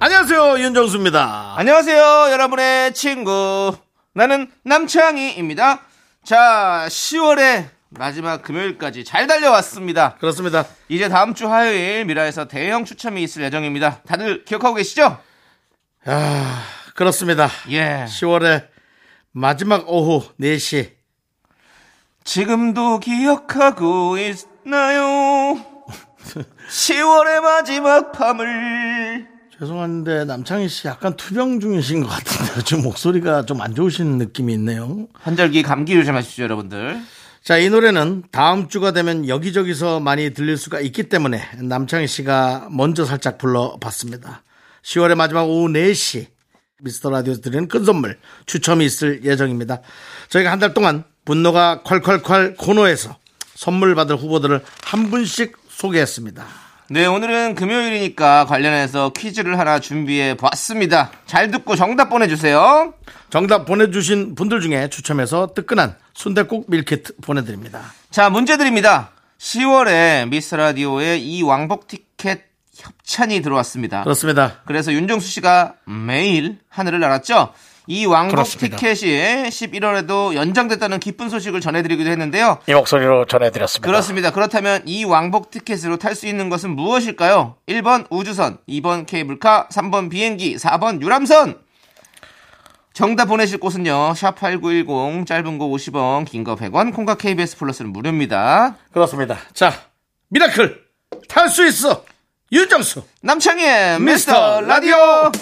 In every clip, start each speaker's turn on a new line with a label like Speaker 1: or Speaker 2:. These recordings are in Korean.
Speaker 1: 안녕하세요 윤정수입니다.
Speaker 2: 아. 안녕하세요, 여러분의 친구. 나는 남창희입니다. 자, 10월의 마지막 금요일까지 잘 달려왔습니다.
Speaker 1: 그렇습니다.
Speaker 2: 이제 다음 주 화요일 미라에서 대형 추첨이 있을 예정입니다. 다들 기억하고 계시죠?
Speaker 1: 그렇습니다.
Speaker 2: 예.
Speaker 1: 10월의 마지막 오후 4시
Speaker 2: 지금도 기억하고 있나요? 10월의 마지막 밤을.
Speaker 1: 죄송한데 남창희 씨 약간 투병 중이신 것 같은데 지금 목소리가 좀 안 좋으신 느낌이 있네요.
Speaker 2: 환절기 감기 조심하십시오, 여러분들.
Speaker 1: 자, 이 노래는 다음 주가 되면 여기저기서 많이 들릴 수가 있기 때문에 남창희 씨가 먼저 살짝 불러봤습니다. 10월의 마지막 오후 4시 미스터 라디오에서 드리는 큰 선물 추첨이 있을 예정입니다. 저희가 한 달 동안 분노가 콸콸콸 코너에서 선물 받을 후보들을 한 분씩 소개했습니다.
Speaker 2: 네, 오늘은 금요일이니까 관련해서 퀴즈를 하나 준비해 봤습니다. 잘 듣고 정답 보내주세요.
Speaker 1: 정답 보내주신 분들 중에 추첨해서 뜨끈한 순대국 밀키트 보내드립니다.
Speaker 2: 자, 문제 드립니다. 10월에 미스 라디오에 이 왕복 티켓 협찬이 들어왔습니다.
Speaker 1: 그렇습니다.
Speaker 2: 그래서 윤정수 씨가 매일 하늘을 날았죠. 이 왕복
Speaker 1: 그렇습니다.
Speaker 2: 티켓이 11월에도 연장됐다는 기쁜 소식을 전해드리기도 했는데요.
Speaker 3: 이 목소리로 전해드렸습니다.
Speaker 2: 그렇습니다. 그렇다면 이 왕복 티켓으로 탈 수 있는 것은 무엇일까요? 1번 우주선, 2번 케이블카, 3번 비행기, 4번 유람선. 정답 보내실 곳은요. 샵8910 짧은 거 50원, 긴 거 100원, 콩과 KBS 플러스는 무료입니다.
Speaker 1: 그렇습니다. 자, 미라클 탈 수 있어 윤정수.
Speaker 2: 남창희의
Speaker 1: 미스터
Speaker 2: 미스터 라디오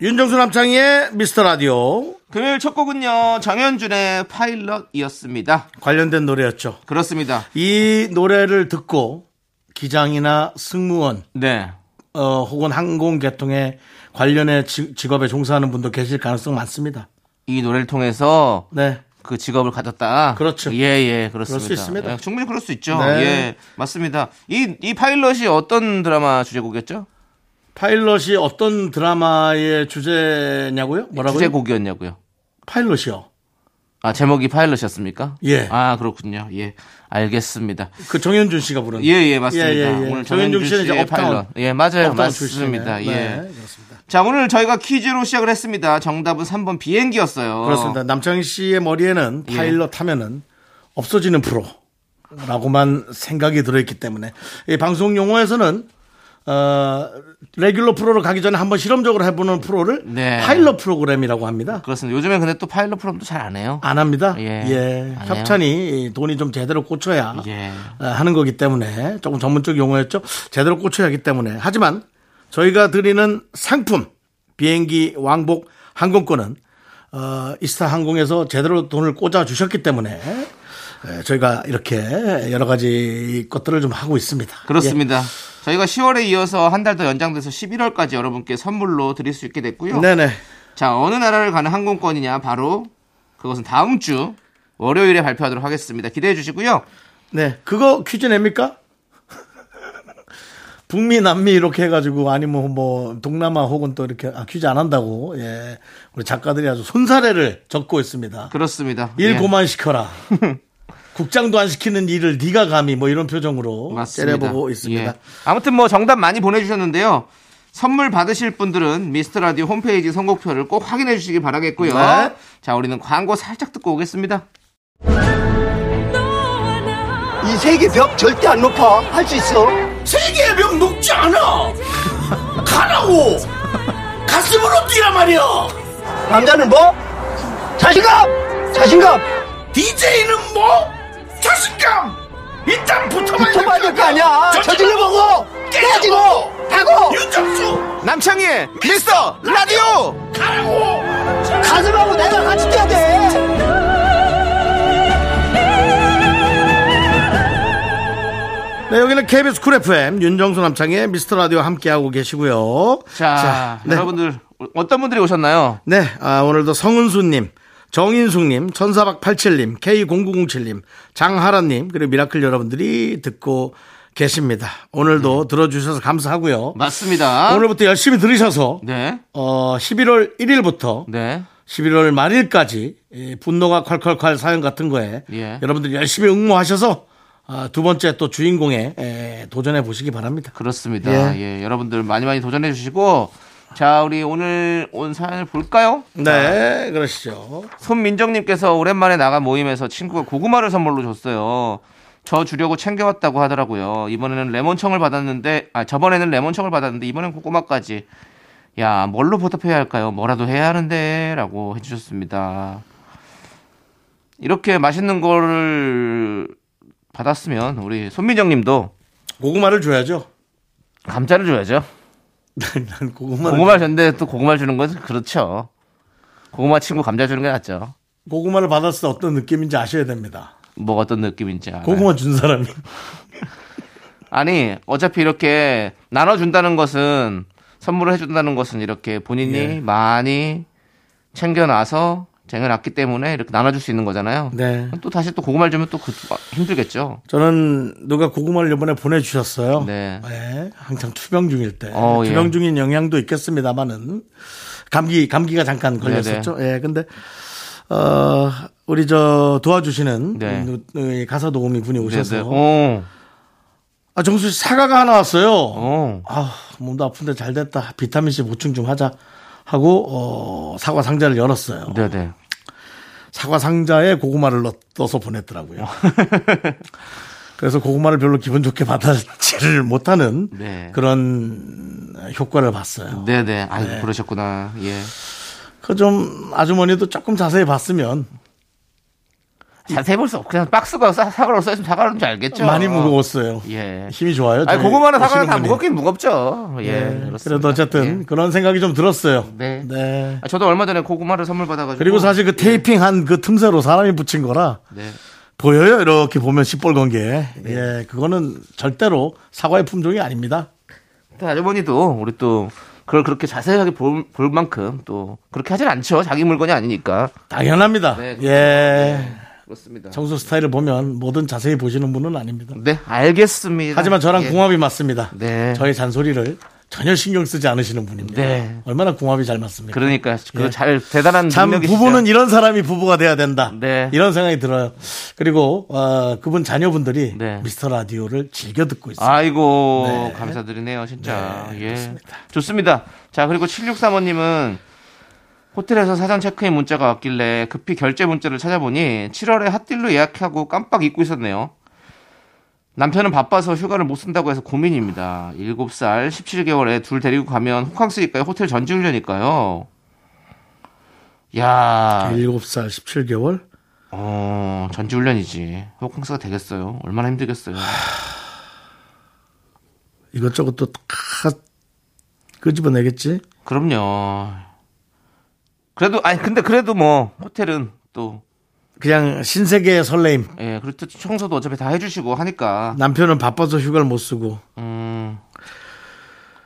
Speaker 1: 윤정수 남창희의 미스터 라디오
Speaker 2: 금요일 첫 곡은요 정현준의 파일럿이었습니다
Speaker 1: 관련된 노래였죠.
Speaker 2: 그렇습니다
Speaker 1: 이 노래를 듣고 기장이나 승무원
Speaker 2: 네
Speaker 1: 어, 혹은 항공 계통에 관련해 지- 직업에 종사하는 분도 계실 가능성 많습니다.
Speaker 2: 이 노래를 통해서
Speaker 1: 네.
Speaker 2: 그 직업을 가졌다
Speaker 1: 그렇죠.
Speaker 2: 예예 그렇습니다
Speaker 1: 그럴 수 있습니다.
Speaker 2: 예, 충분히 그럴 수 있죠
Speaker 1: 네.
Speaker 2: 예 맞습니다 이, 이 파일럿이 어떤 드라마 주제곡이었죠?
Speaker 1: 파일럿이 어떤 드라마의 주제냐고요? 뭐라고요?
Speaker 2: 주제곡이었냐고요
Speaker 1: 파일럿이요.
Speaker 2: 아 제목이 파일럿이었습니까?
Speaker 1: 예.
Speaker 2: 아 그렇군요 예 알겠습니다
Speaker 1: 그 정현준 씨가 부른.
Speaker 2: 예 예 맞습니다
Speaker 1: 예, 예, 예.
Speaker 2: 오늘
Speaker 1: 정현준
Speaker 2: 정현준
Speaker 1: 씨는
Speaker 2: 씨의
Speaker 1: 이제 업타운.
Speaker 2: 파일럿 예 맞아요
Speaker 1: 업다운
Speaker 2: 맞습니다
Speaker 1: 출신이에요.
Speaker 2: 예
Speaker 1: 네, 그렇습니다.
Speaker 2: 자, 오늘 저희가 퀴즈로 시작을 했습니다. 정답은 3번 비행기였어요.
Speaker 1: 그렇습니다. 남창희 씨의 머리에는 파일럿 하면은 없어지는 프로. 라고만 생각이 들어있기 때문에 이 방송 용어에서는 어, 레귤러 프로로 가기 전에 한번 실험적으로 해보는 프로를
Speaker 2: 네.
Speaker 1: 파일럿 프로그램이라고 합니다.
Speaker 2: 그렇습니다. 요즘엔 근데 또 파일럿 프롬도 잘 안 해요.
Speaker 1: 안 합니다.
Speaker 2: 예.
Speaker 1: 예,
Speaker 2: 안 해요.
Speaker 1: 협찬이 돈이 좀 제대로 꽂혀야
Speaker 2: 예.
Speaker 1: 어, 하는 거기 때문에 조금 전문적 용어였죠. 제대로 꽂혀야 하기 때문에 하지만 저희가 드리는 상품 비행기 왕복 항공권은 어, 이스타 항공에서 제대로 돈을 꽂아 주셨기 때문에 에, 저희가 이렇게 여러 가지 것들을 좀 하고 있습니다.
Speaker 2: 그렇습니다.
Speaker 1: 예.
Speaker 2: 저희가 10월에 이어서 한 달 더 연장돼서 11월까지 여러분께 선물로 드릴 수 있게
Speaker 1: 예.
Speaker 2: 됐고요.
Speaker 1: 네네.
Speaker 2: 자, 어느 나라를 가는 항공권이냐 바로 그것은 다음 주 월요일에 발표하도록 하겠습니다. 기대해 주시고요.
Speaker 1: 네. 그거 퀴즈 냅니까? 북미, 남미 이렇게 해가지고 아니면 뭐 동남아 혹은 또 이렇게 아, 퀴즈 안 한다고 예. 우리 작가들이 아주 손사래를 적고 있습니다.
Speaker 2: 그렇습니다.
Speaker 1: 일
Speaker 2: 예.
Speaker 1: 고만 시켜라. 국장도 안 시키는 일을 네가 감히 뭐 이런 표정으로
Speaker 2: 맞습니다.
Speaker 1: 째려보고 있습니다.
Speaker 2: 예. 아무튼 뭐 정답 많이 보내주셨는데요. 선물 받으실 분들은 미스터 라디오 홈페이지 선곡표를 꼭 확인해 주시기 바라겠고요.
Speaker 1: 네.
Speaker 2: 자, 우리는 광고 살짝 듣고 오겠습니다.
Speaker 4: 이 세계 벽 절대 안 높아. 할 수 있어.
Speaker 1: 세계의 병 녹지 않아. 가라고. 가슴으로 뛰란 말이야.
Speaker 4: 남자는 뭐? 자신감! 자신감!
Speaker 1: DJ는 뭐? 자신감. 일단 붙어봐야
Speaker 4: 붙어봐야 될 거 아니야! 저질러보고! 깨지고! 하고!
Speaker 1: 윤정수
Speaker 2: 남창희의 미스터 라디오
Speaker 1: 가라고.
Speaker 4: 가슴하고 내가 같이 뛰어야 돼!
Speaker 1: 네, 여기는 KBS 쿨 FM 윤정수 남창의 미스터 라디오 함께하고 계시고요.
Speaker 2: 자,
Speaker 1: 네.
Speaker 2: 여러분들 어떤 분들이 오셨나요?
Speaker 1: 네, 아, 오늘도 성은수님, 정인숙님, 천사박87님, K0907님, 장하라님, 그리고 미라클 여러분들이 듣고 계십니다. 오늘도 들어주셔서 감사하고요.
Speaker 2: 맞습니다.
Speaker 1: 오늘부터 열심히 들으셔서
Speaker 2: 네.
Speaker 1: 어, 11월 1일부터
Speaker 2: 네.
Speaker 1: 11월 말일까지 이 분노가 콸콸콸 사연 같은 거에
Speaker 2: 예.
Speaker 1: 여러분들 열심히 응모하셔서 아, 두 번째 또 주인공에 에, 도전해 보시기 바랍니다.
Speaker 2: 그렇습니다. 예. 여러분들 많이 많이 도전해 주시고 자, 우리 오늘 온 사연을 볼까요?
Speaker 1: 네, 그러시죠.
Speaker 2: 손민정님께서 오랜만에 나간 모임에서 친구가 고구마를 선물로 줬어요. 저 주려고 챙겨왔다고 하더라고요. 이번에는 레몬청을 받았는데, 아, 저번에는 레몬청을 받았는데, 이번엔 고구마까지. 야, 뭘로 보답해야 할까요? 뭐라도 해야 하는데, 라고 해주셨습니다. 이렇게 맛있는 거를 받았으면, 우리 손민정님도
Speaker 1: 고구마를 줘야죠.
Speaker 2: 감자를 줘야죠.
Speaker 1: 난 고구마를
Speaker 2: 고구마 줬는데 또 고구마 주는 건 그렇죠. 고구마 친구 감자 주는 게 낫죠.
Speaker 1: 고구마를 받았을 때 어떤 느낌인지 아셔야 됩니다.
Speaker 2: 뭐 어떤 느낌인지 알아요.
Speaker 1: 고구마 준 사람이.
Speaker 2: 아니 어차피 이렇게 나눠준다는 것은 선물을 해준다는 것은 이렇게 본인이
Speaker 1: 예.
Speaker 2: 많이 챙겨놔서 쟁여놨기 때문에 이렇게 나눠줄 수 있는 거잖아요.
Speaker 1: 네.
Speaker 2: 또 다시 또 고구마를 주면 또 그- 아, 힘들겠죠.
Speaker 1: 저는 누가 고구마를 이번에 보내주셨어요.
Speaker 2: 네.
Speaker 1: 예, 한창 투병 중일 때.
Speaker 2: 어, 예.
Speaker 1: 투병 중인 영향도 있겠습니다만은 감기, 감기가 잠깐
Speaker 2: 네,
Speaker 1: 걸렸었죠. 예, 근데, 어, 우리 저 도와주시는
Speaker 2: 네.
Speaker 1: 음, 음, 가사 도우미 분이 오셔서.
Speaker 2: 어,
Speaker 1: 아, 정수 씨 사과가 하나 왔어요.
Speaker 2: 어.
Speaker 1: 아, 몸도 아픈데 잘 됐다. 비타민C 보충 좀 하자. 하고, 어, 사과 상자를 열었어요.
Speaker 2: 네네.
Speaker 1: 사과 상자에 고구마를 넣- 넣어서 보냈더라고요. 그래서 고구마를 별로 기분 좋게 받아들지를 못하는
Speaker 2: 네.
Speaker 1: 그런 효과를 봤어요.
Speaker 2: 네네. 아유 그러셨구나. 예.
Speaker 1: 그 좀 아주머니도 조금 자세히 봤으면
Speaker 2: 자세히 볼 수 없. 그냥 박스가 사, 사과로 써있으면 사과로인 줄 알겠죠.
Speaker 1: 많이 무거웠어요.
Speaker 2: 그렇죠. 예.
Speaker 1: 힘이 좋아요.
Speaker 2: 아니
Speaker 1: 저희
Speaker 2: 고구마나 사과는 다
Speaker 1: 오시는 분이.
Speaker 2: 무겁긴 무겁죠. 예.
Speaker 1: 네,
Speaker 2: 그렇습니다.
Speaker 1: 그래도 어쨌든
Speaker 2: 예.
Speaker 1: 그런 생각이 좀 들었어요.
Speaker 2: 네. 아, 저도 얼마 전에 고구마를 선물 받아가지고.
Speaker 1: 그리고 사실 그 테이핑 한 그 틈새로 사람이 붙인 거라
Speaker 2: 네.
Speaker 1: 보여요. 이렇게 보면 시뻘건 게. 예, 그거는 절대로 사과의 품종이 아닙니다.
Speaker 2: 또 아주머니도 우리 또 그걸 그렇게 자세하게 볼, 볼 만큼 또 그렇게 하진 않죠. 자기 물건이 아니니까.
Speaker 1: 당연합니다.
Speaker 2: 네, 그렇죠.
Speaker 1: 예.
Speaker 2: 그렇습니다.
Speaker 1: 청소 스타일을 보면 뭐든 자세히 보시는 분은 아닙니다.
Speaker 2: 네, 알겠습니다.
Speaker 1: 하지만 저랑
Speaker 2: 예.
Speaker 1: 궁합이 맞습니다.
Speaker 2: 네.
Speaker 1: 저의 잔소리를 전혀 신경 쓰지 않으시는 분입니다.
Speaker 2: 네.
Speaker 1: 얼마나 궁합이 잘 맞습니까?
Speaker 2: 그러니까
Speaker 1: 예.
Speaker 2: 그잘 대단한
Speaker 1: 참
Speaker 2: 능력이시죠.
Speaker 1: 부부는 이런 사람이 부부가 돼야 된다.
Speaker 2: 네.
Speaker 1: 이런 생각이 들어요. 그리고 어, 그분 자녀분들이
Speaker 2: 네.
Speaker 1: 미스터 라디오를 즐겨 듣고 있어요.
Speaker 2: 아이고
Speaker 1: 네.
Speaker 2: 감사드리네요 진짜
Speaker 1: 네,
Speaker 2: 예
Speaker 1: 그렇습니다.
Speaker 2: 좋습니다 자 그리고 7635님은 호텔에서 사전 체크인 문자가 왔길래 급히 결제 문자를 찾아보니 7월에 핫딜로 예약하고 깜빡 잊고 있었네요 남편은 바빠서 휴가를 못 쓴다고 해서 고민입니다 7살 17개월에 둘 데리고 가면 호캉스니까요 호텔 전지훈련이니까요 야
Speaker 1: 7살 17개월.
Speaker 2: 어, 전지훈련이지 호캉스가 되겠어요 얼마나 힘들겠어요
Speaker 1: 이것저것 또다 끄집어내겠지.
Speaker 2: 그럼요. 그래도 아니 근데 그래도 뭐 호텔은 또
Speaker 1: 그냥 신세계의 설레임.
Speaker 2: 예, 그리고 또 청소도 어차피 다 해주시고 하니까
Speaker 1: 남편은 바빠서 휴가를 못 쓰고
Speaker 2: 음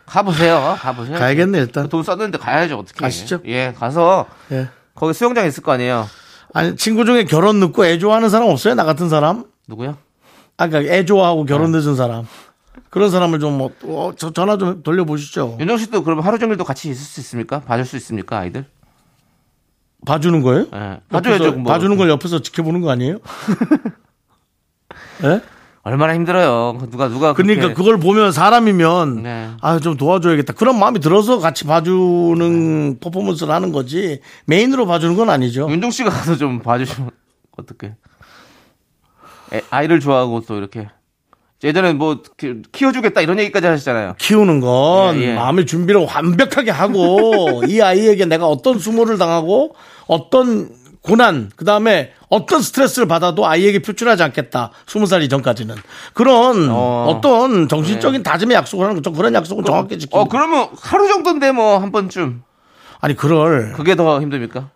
Speaker 2: 가보세요, 가보세요.
Speaker 1: 가야겠네 일단.
Speaker 2: 돈 썼는데 가야죠 어떻게?
Speaker 1: 가시죠.
Speaker 2: 예, 가서
Speaker 1: 예.
Speaker 2: 거기 수영장 있을 거 아니에요.
Speaker 1: 아니 친구 중에 결혼 늦고 애 좋아하는 사람 없어요? 나 같은 사람?
Speaker 2: 누구요?
Speaker 1: 아까 그러니까 애 좋아하고 결혼
Speaker 2: 네.
Speaker 1: 늦은 사람 그런 사람을 좀 뭐, 어, 저 전화 좀 돌려보시죠.
Speaker 2: 윤정 씨도 그럼 하루 종일도 같이 있을 수 있습니까? 봐줄 수 있습니까, 아이들?
Speaker 1: 봐주는 거예요?
Speaker 2: 예,
Speaker 1: 옆에서
Speaker 2: 봐줘야죠. 뭐.
Speaker 1: 봐주는 걸 옆에서 지켜보는 거 아니에요? 예?
Speaker 2: 얼마나 힘들어요. 누가 누가
Speaker 1: 그러니까
Speaker 2: 네? 그렇게-
Speaker 1: 그걸 보면 사람이면
Speaker 2: 네.
Speaker 1: 아 좀 도와줘야겠다 그런 마음이 들어서 같이 봐주는 퍼포먼스를 하는 거지 메인으로 봐주는 건 아니죠.
Speaker 2: 윤종 씨가 가서 좀 봐주시면 어떡해. 애, 아이를 좋아하고 또 이렇게. 예전에 뭐 키- 키워주겠다 이런 얘기까지 하셨잖아요.
Speaker 1: 키우는 건
Speaker 2: 예, 예.
Speaker 1: 마음의 준비를 완벽하게 하고 이 아이에게 내가 어떤 수모를 당하고 어떤 고난 그다음에 어떤 스트레스를 받아도 아이에게 표출하지 않겠다. 스무 살 이전까지는 그런
Speaker 2: 어. 예.
Speaker 1: 어. 떤 정신적인 다짐의 약속을 하는 거죠. 그런 약속은 정확히 지키고
Speaker 2: 어 그러면 하루 정도인데 뭐 한 번쯤
Speaker 1: 아니 그럴
Speaker 2: 그게 더 힘듭니까?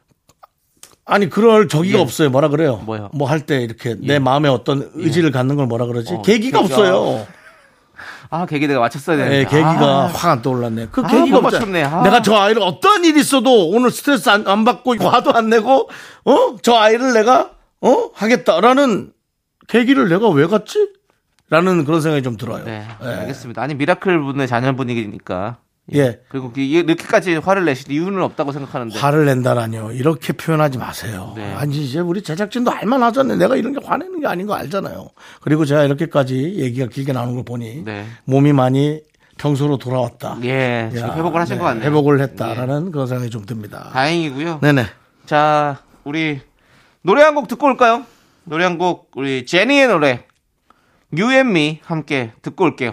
Speaker 1: 아니 그럴 저기가
Speaker 2: 예.
Speaker 1: 없어요. 뭐라 그래요?
Speaker 2: 뭐요? 예.
Speaker 1: 할 때 이렇게 내 마음에 어떤 의지를 갖는 걸 뭐라 그러지?
Speaker 2: 어,
Speaker 1: 계기가
Speaker 2: 그러니까.
Speaker 1: 없어요.
Speaker 2: 아, 계기대가 맞췄어야 되는데.
Speaker 1: 예, 계기가
Speaker 2: 아,
Speaker 1: 확 안 떠올랐네요. 그
Speaker 2: 아,
Speaker 1: 계기가
Speaker 2: 못
Speaker 1: 없잖아.
Speaker 2: 맞췄네. 아.
Speaker 1: 내가 저 아이를 어떤 일이 있어도 오늘 스트레스 안, 안 받고 화도 안 내고 어? 저 아이를 내가 어? 하겠다라는 계기를 내가 왜 갔지? 라는 그런 생각이 좀 들어요.
Speaker 2: 네,
Speaker 1: 예.
Speaker 2: 알겠습니다. 아니, 미라클 분의 자녀분이니까.
Speaker 1: 예.
Speaker 2: 그리고 그- 이렇게까지 화를 내실 이유는 없다고 생각하는데.
Speaker 1: 화를 낸다라뇨. 이렇게 표현하지 마세요.
Speaker 2: 네.
Speaker 1: 아니, 이제 우리 제작진도 알만하잖아요. 내가 이런 게 화내는 게 아닌 거 알잖아요. 그리고 제가 이렇게까지 얘기가 길게 나오는 걸 보니
Speaker 2: 네.
Speaker 1: 몸이 많이 평소로 돌아왔다.
Speaker 2: 예, 지금
Speaker 1: 야,
Speaker 2: 회복을 하신
Speaker 1: 네,
Speaker 2: 것 같네요. 예.
Speaker 1: 회복을 했다라는 그런 생각이 좀 듭니다.
Speaker 2: 다행이고요.
Speaker 1: 네네.
Speaker 2: 자, 우리 노래 한 곡 듣고 올까요? 노래 한 곡, 우리 제니의 노래, You and Me 함께 듣고 올게요.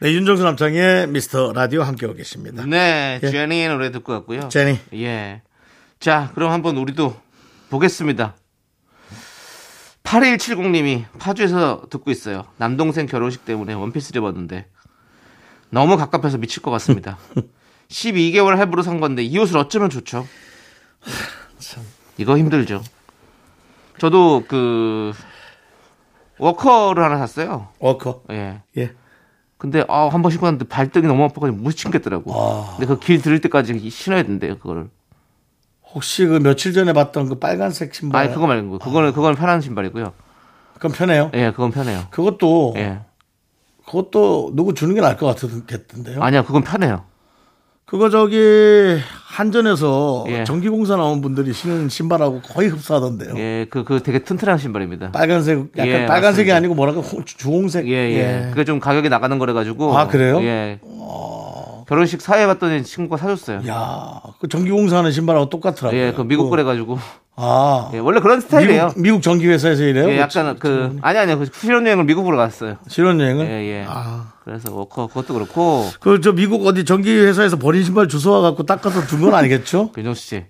Speaker 1: 네, 윤정수 남창의 미스터 라디오 함께하고 계십니다.
Speaker 2: 네,
Speaker 1: 예.
Speaker 2: 제니의 노래 듣고 왔고요.
Speaker 1: 제니.
Speaker 2: 예. 자, 그럼 한번 우리도 보겠습니다. 8170님이 파주에서 듣고 있어요. 남동생 결혼식 때문에 원피스를 입었는데 너무 갑갑해서 미칠 것 같습니다. 12개월 할부로 산 건데 이 옷을 어쩌면 좋죠? 이거 힘들죠. 저도 그 워커를 하나 샀어요.
Speaker 1: 워커.
Speaker 2: 예.
Speaker 1: 예.
Speaker 2: 근데 아, 한 번 신고 왔는데 발등이 너무 아파가지고 못 신겠더라고.
Speaker 1: 아.
Speaker 2: 근데 그 길 들을 때까지 신어야 된대요, 그거를.
Speaker 1: 혹시 그 며칠 전에 봤던 그 빨간색 신발.
Speaker 2: 아니 그거 말고 그거는 그건 편한 신발이고요.
Speaker 1: 그건 편해요.
Speaker 2: 예, 그건 편해요.
Speaker 1: 그것도,
Speaker 2: 예.
Speaker 1: 그것도 누구 주는 게 나을 것 같았던데요.
Speaker 2: 아니야, 그건 편해요.
Speaker 1: 그거 저기 한전에서
Speaker 2: 예.
Speaker 1: 전기공사 나온 분들이 신는 신발하고 거의 흡사하던데요.
Speaker 2: 예, 그, 그 되게 튼튼한 신발입니다.
Speaker 1: 빨간색 약간
Speaker 2: 예,
Speaker 1: 빨간색이
Speaker 2: 맞습니다.
Speaker 1: 아니고 뭐랄까 호- 주홍색.
Speaker 2: 예, 예. 그게 좀 가격이 나가는 거래 가지고.
Speaker 1: 아, 그래요? 어.
Speaker 2: 예. 결혼식 사회 봤더니 친구가 사줬어요.
Speaker 1: 야, 그 전기공사하는 신발하고 똑같더라고요. 어.
Speaker 2: 예, 그 미국 거래 가지고.
Speaker 1: 아,
Speaker 2: 예, 원래 그런 스타일이에요.
Speaker 1: 미국, 미국 전기회사에서 이래요.
Speaker 2: 예, 약간 그 아니 아니요. 그 실현여행을 미국으로 갔어요.
Speaker 1: 실현여행을.
Speaker 2: 예, 예.
Speaker 1: 아.
Speaker 2: 그래서 워커 그것도 그렇고
Speaker 1: 그 저 미국 어디 전기회사에서 버린 신발 주워와 갖고 닦아서 둔 건 아니겠죠?
Speaker 2: 윤정수 씨.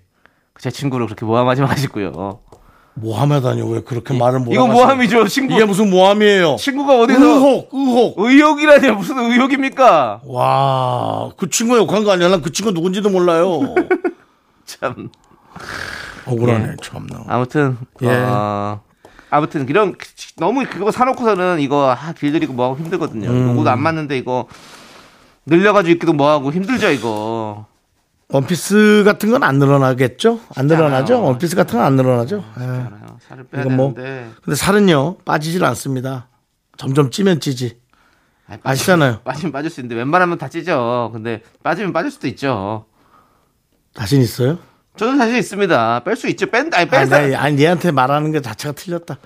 Speaker 2: 제 친구를 그렇게 모함하지 마시고요.
Speaker 1: 모함하다니요. 왜 그렇게 말을 못?
Speaker 2: 이거 모함이죠, 친구.
Speaker 1: 이게 뭐- 무슨 모함이에요?
Speaker 2: 친구가 어디서
Speaker 1: 의혹, 의혹.
Speaker 2: 의혹이라뇨 무슨 의혹입니까?
Speaker 1: 와, 그 친구 욕한 거 아니야? 난 그 친구 누군지도 몰라요.
Speaker 2: 참
Speaker 1: 억울하네, 참나.
Speaker 2: 아무튼
Speaker 1: 예.
Speaker 2: 어, 아무튼 이런 너무 그거 사놓고서는 이거 아, 길들이고 뭐하고 힘들거든요.
Speaker 1: 음.
Speaker 2: 옷안 맞는데 이거 늘려가지고 입기도 뭐하고 힘들죠 이거.
Speaker 1: 원피스 같은 건 안 늘어나겠죠? 안 늘어나죠?
Speaker 2: 않아요.
Speaker 1: 원피스 같은 건 안 늘어나죠? 예.
Speaker 2: 알아요. 살을 빼야
Speaker 1: 이건 뭐
Speaker 2: 되는데
Speaker 1: 근데 살은요 빠지질 않습니다. 점점 찌면 찌지.
Speaker 2: 아니, 빠지-
Speaker 1: 아시잖아요.
Speaker 2: 빠지면 빠질 수 있는데 웬만하면 다 찌죠. 근데 빠지면 빠질 수도 있죠.
Speaker 1: 자신 있어요?
Speaker 2: 저는 사실 있습니다. 뺄 수 있죠. 뺀 아니 뺄
Speaker 1: 아니, 네, 예.
Speaker 2: 사.
Speaker 1: 나- 아니, 얘한테 말하는 게 자체가 틀렸다.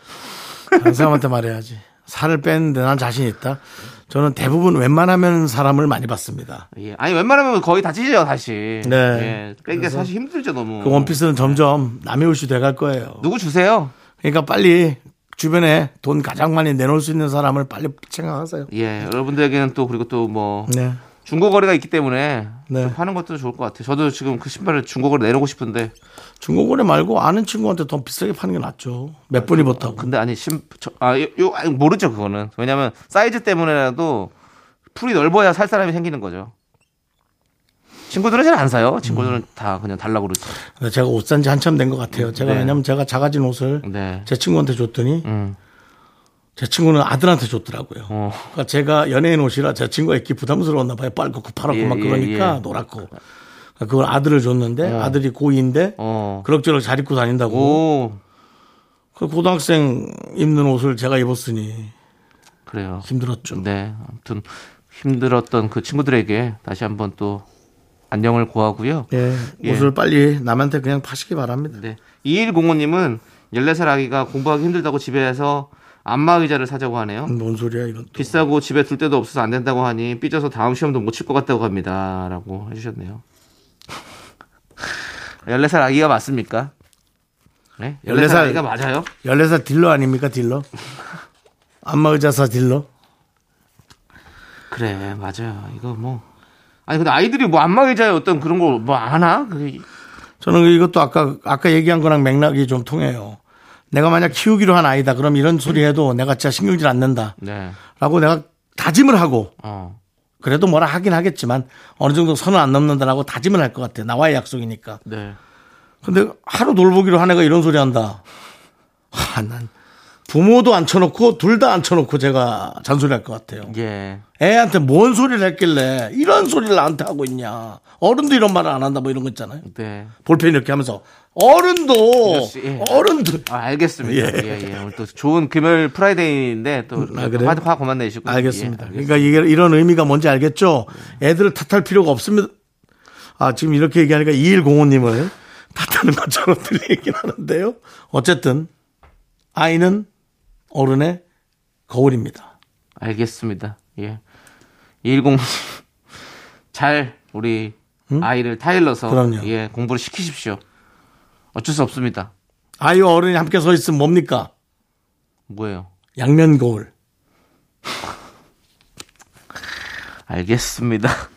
Speaker 1: 다른 사람한테 말해야지. 살을 뺐는데 난 자신 있다. 저는 대부분 웬만하면 사람을 많이 봤습니다.
Speaker 2: 예. 아니 웬만하면 거의 다 찌죠 다시.
Speaker 1: 네.
Speaker 2: 예. 뺀게 사실 힘들죠 너무.
Speaker 1: 그 원피스는 점점 남의 옷이 돼갈 거예요.
Speaker 2: 음. 누구 주세요?
Speaker 1: 그러니까 빨리 주변에 돈 가장 많이 내놓을 수 있는 사람을 빨리 생각하세요.
Speaker 2: 예, 여러분들에게는 또 그리고 또 뭐
Speaker 1: 네.
Speaker 2: 중고 거래가 있기 때문에
Speaker 1: 네.
Speaker 2: 좀 파는 것도 좋을 것 같아요. 저도 지금 그 신발을 중고 거래 내놓고 싶은데
Speaker 1: 중고거래 말고 아는 친구한테 더 비싸게 파는 게 낫죠. 몇 번이 붙다고.
Speaker 2: 근데 아니 신아요 모르죠 그거는 왜냐하면 사이즈 때문에라도 풀이 넓어야 살 사람이 생기는 거죠. 친구들은 잘 안 사요. 친구들은
Speaker 1: 음.
Speaker 2: 다 그냥 달라고 그러죠.
Speaker 1: 근데 제가 옷 산 지 한참 된 것 같아요. 제가
Speaker 2: 네.
Speaker 1: 왜냐면 제가 작아진 옷을
Speaker 2: 네.
Speaker 1: 제 친구한테 줬더니
Speaker 2: 음.
Speaker 1: 제 친구는 아들한테 줬더라고요.
Speaker 2: 어.
Speaker 1: 그러니까 제가 연예인 옷이라 제 친구가 입기 부담스러웠나 봐요. 빨갛고 파랗고
Speaker 2: 예,
Speaker 1: 막
Speaker 2: 예,
Speaker 1: 그러니까
Speaker 2: 예.
Speaker 1: 노랗고. 그러니까 그걸 아들을 줬는데 아들이 고2인데
Speaker 2: 어.
Speaker 1: 그럭저럭 잘 입고 다닌다고.
Speaker 2: 오.
Speaker 1: 그 고등학생 입는 옷을 제가 입었으니
Speaker 2: 그래요.
Speaker 1: 힘들었죠.
Speaker 2: 네. 아무튼 힘들었던 그 친구들에게 다시 한번 또 안녕을 구하고요.
Speaker 1: 예,
Speaker 2: 예.
Speaker 1: 옷을 빨리 남한테 그냥 파시기 바랍니다.
Speaker 2: 네. 2105님은 14살 아기가 공부하기 힘들다고 집에서 안마의자를 사자고 하네요.
Speaker 1: 뭔 소리야 이건 또.
Speaker 2: 비싸고 집에 둘 데도 없어서 안 된다고 하니 삐져서 다음 시험도 못 칠 것 같다고 합니다. 라고 해주셨네요. 14살 아기가 맞습니까? 네? 14살,
Speaker 1: 14살
Speaker 2: 아기가 맞아요?
Speaker 1: 14살 딜러 아닙니까 딜러? 안마의자사 딜러?
Speaker 2: 그래, 맞아요. 이거 뭐. 아니, 근데 아이들이 뭐 안마의자에 어떤 그런 걸 뭐 아나? 그게
Speaker 1: 저는 이것도 아까 아까 얘기한 거랑 맥락이 좀 통해요. 내가 만약 키우기로 한 아이다. 그럼 이런 소리 해도 내가 진짜 신경질 안 낸다.
Speaker 2: 네.
Speaker 1: 라고 내가 다짐을 하고
Speaker 2: 어.
Speaker 1: 그래도 뭐라 하긴 하겠지만 어느 정도 선을 안 넘는다라고 다짐을 할 것 같아요. 나와의 약속이니까.
Speaker 2: 네.
Speaker 1: 근데 하루 돌보기로 한 애가 이런 소리 한다. 아, 난 부모도 앉혀놓고 둘 다 앉혀놓고 제가 잔소리할 것 같아요.
Speaker 2: 예.
Speaker 1: 애한테 뭔 소리를 했길래 이런 소리를 나한테 하고 있냐. 어른도 이런 말을 안 한다 뭐 이런 거 있잖아요.
Speaker 2: 네.
Speaker 1: 볼펜 이렇게 하면서 어른도
Speaker 2: 역시, 예.
Speaker 1: 어른도
Speaker 2: 아, 알겠습니다.
Speaker 1: 예.
Speaker 2: 예, 예. 오늘 또 좋은 금요일 프라이데이인데 또
Speaker 1: 아,
Speaker 2: 이렇게
Speaker 1: 그래요?
Speaker 2: 화, 화 그만 내시고. 예,
Speaker 1: 알겠습니다. 그러니까 이게 이런 의미가 뭔지 알겠죠? 애들을 탓할 필요가 없습니다. 아, 지금 이렇게 얘기하니까 2105님을 탓하는 것처럼 들리긴 하는데요. 어쨌든, 아이는 어른의 거울입니다.
Speaker 2: 알겠습니다. 예. 110. 잘 우리 아이를 타일러서
Speaker 1: 음? 그럼요.
Speaker 2: 예, 공부를 시키십시오. 어쩔 수 없습니다.
Speaker 1: 아이와 어른이 함께 서 있으면 뭡니까?
Speaker 2: 뭐예요?
Speaker 1: 양면 거울.
Speaker 2: 알겠습니다.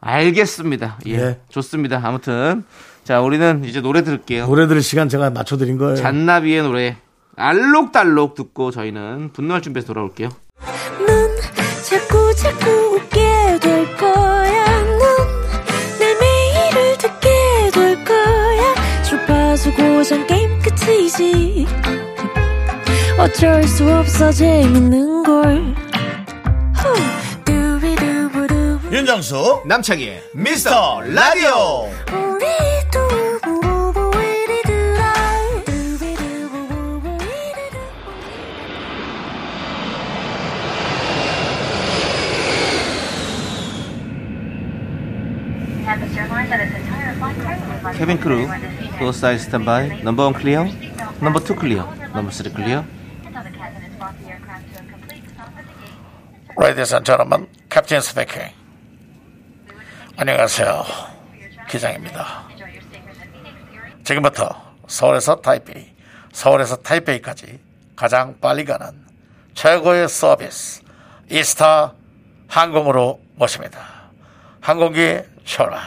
Speaker 2: 알겠습니다. 예.
Speaker 1: 예.
Speaker 2: 좋습니다. 아무튼 자, 우리는 이제 노래 들을게요.
Speaker 1: 노래 들을 시간 제가 맞춰드린 거예요.
Speaker 2: 잔나비의 노래 알록달록 듣고 저희는 분노할 준비해서 돌아올게요.
Speaker 3: 넌 자꾸 자꾸 웃게 될 거야. 넌내 매일을 듣게 될 거야. 주파수 고정 게임 끝이지. 어쩔 수 없어 재밌는 걸. 후. 두비두부두.
Speaker 4: 윤정수 남창희의 미스터 라디오
Speaker 3: 우리 두부부부 우리 두라. 두비두부부부 우리 두라.
Speaker 2: 케빈 크루, 소사이 스탠바이, 넘버 1 클리어, 넘버 2 클리어, 넘버 3 클리어.
Speaker 5: 레이디스 앤 저러분 캡틴 스베키 안녕하세요 기장입니다 지금부터 서울에서 타이페이 서울에서 타이페이까지 가장 빨리 가는 최고의 서비스 이스타 항공으로 모십니다 항공기 쇼라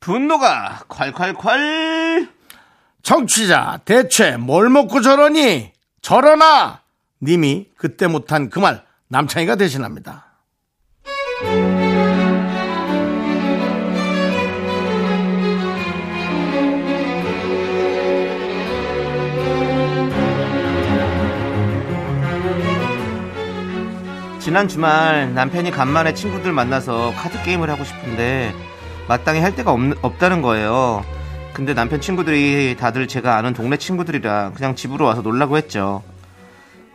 Speaker 2: 분노가 콸콸콸!
Speaker 1: 청취자, 대체 뭘 먹고 저러니? 저러나! 님이 그때 못한 그 말, 남창희가 대신합니다.
Speaker 2: 지난 주말 남편이 간만에 친구들 만나서 카드 게임을 하고 싶은데 마땅히 할 데가 없, 다는 거예요. 근데 남편 친구들이 다들 제가 아는 동네 친구들이라 그냥 집으로 와서 놀라고 했죠.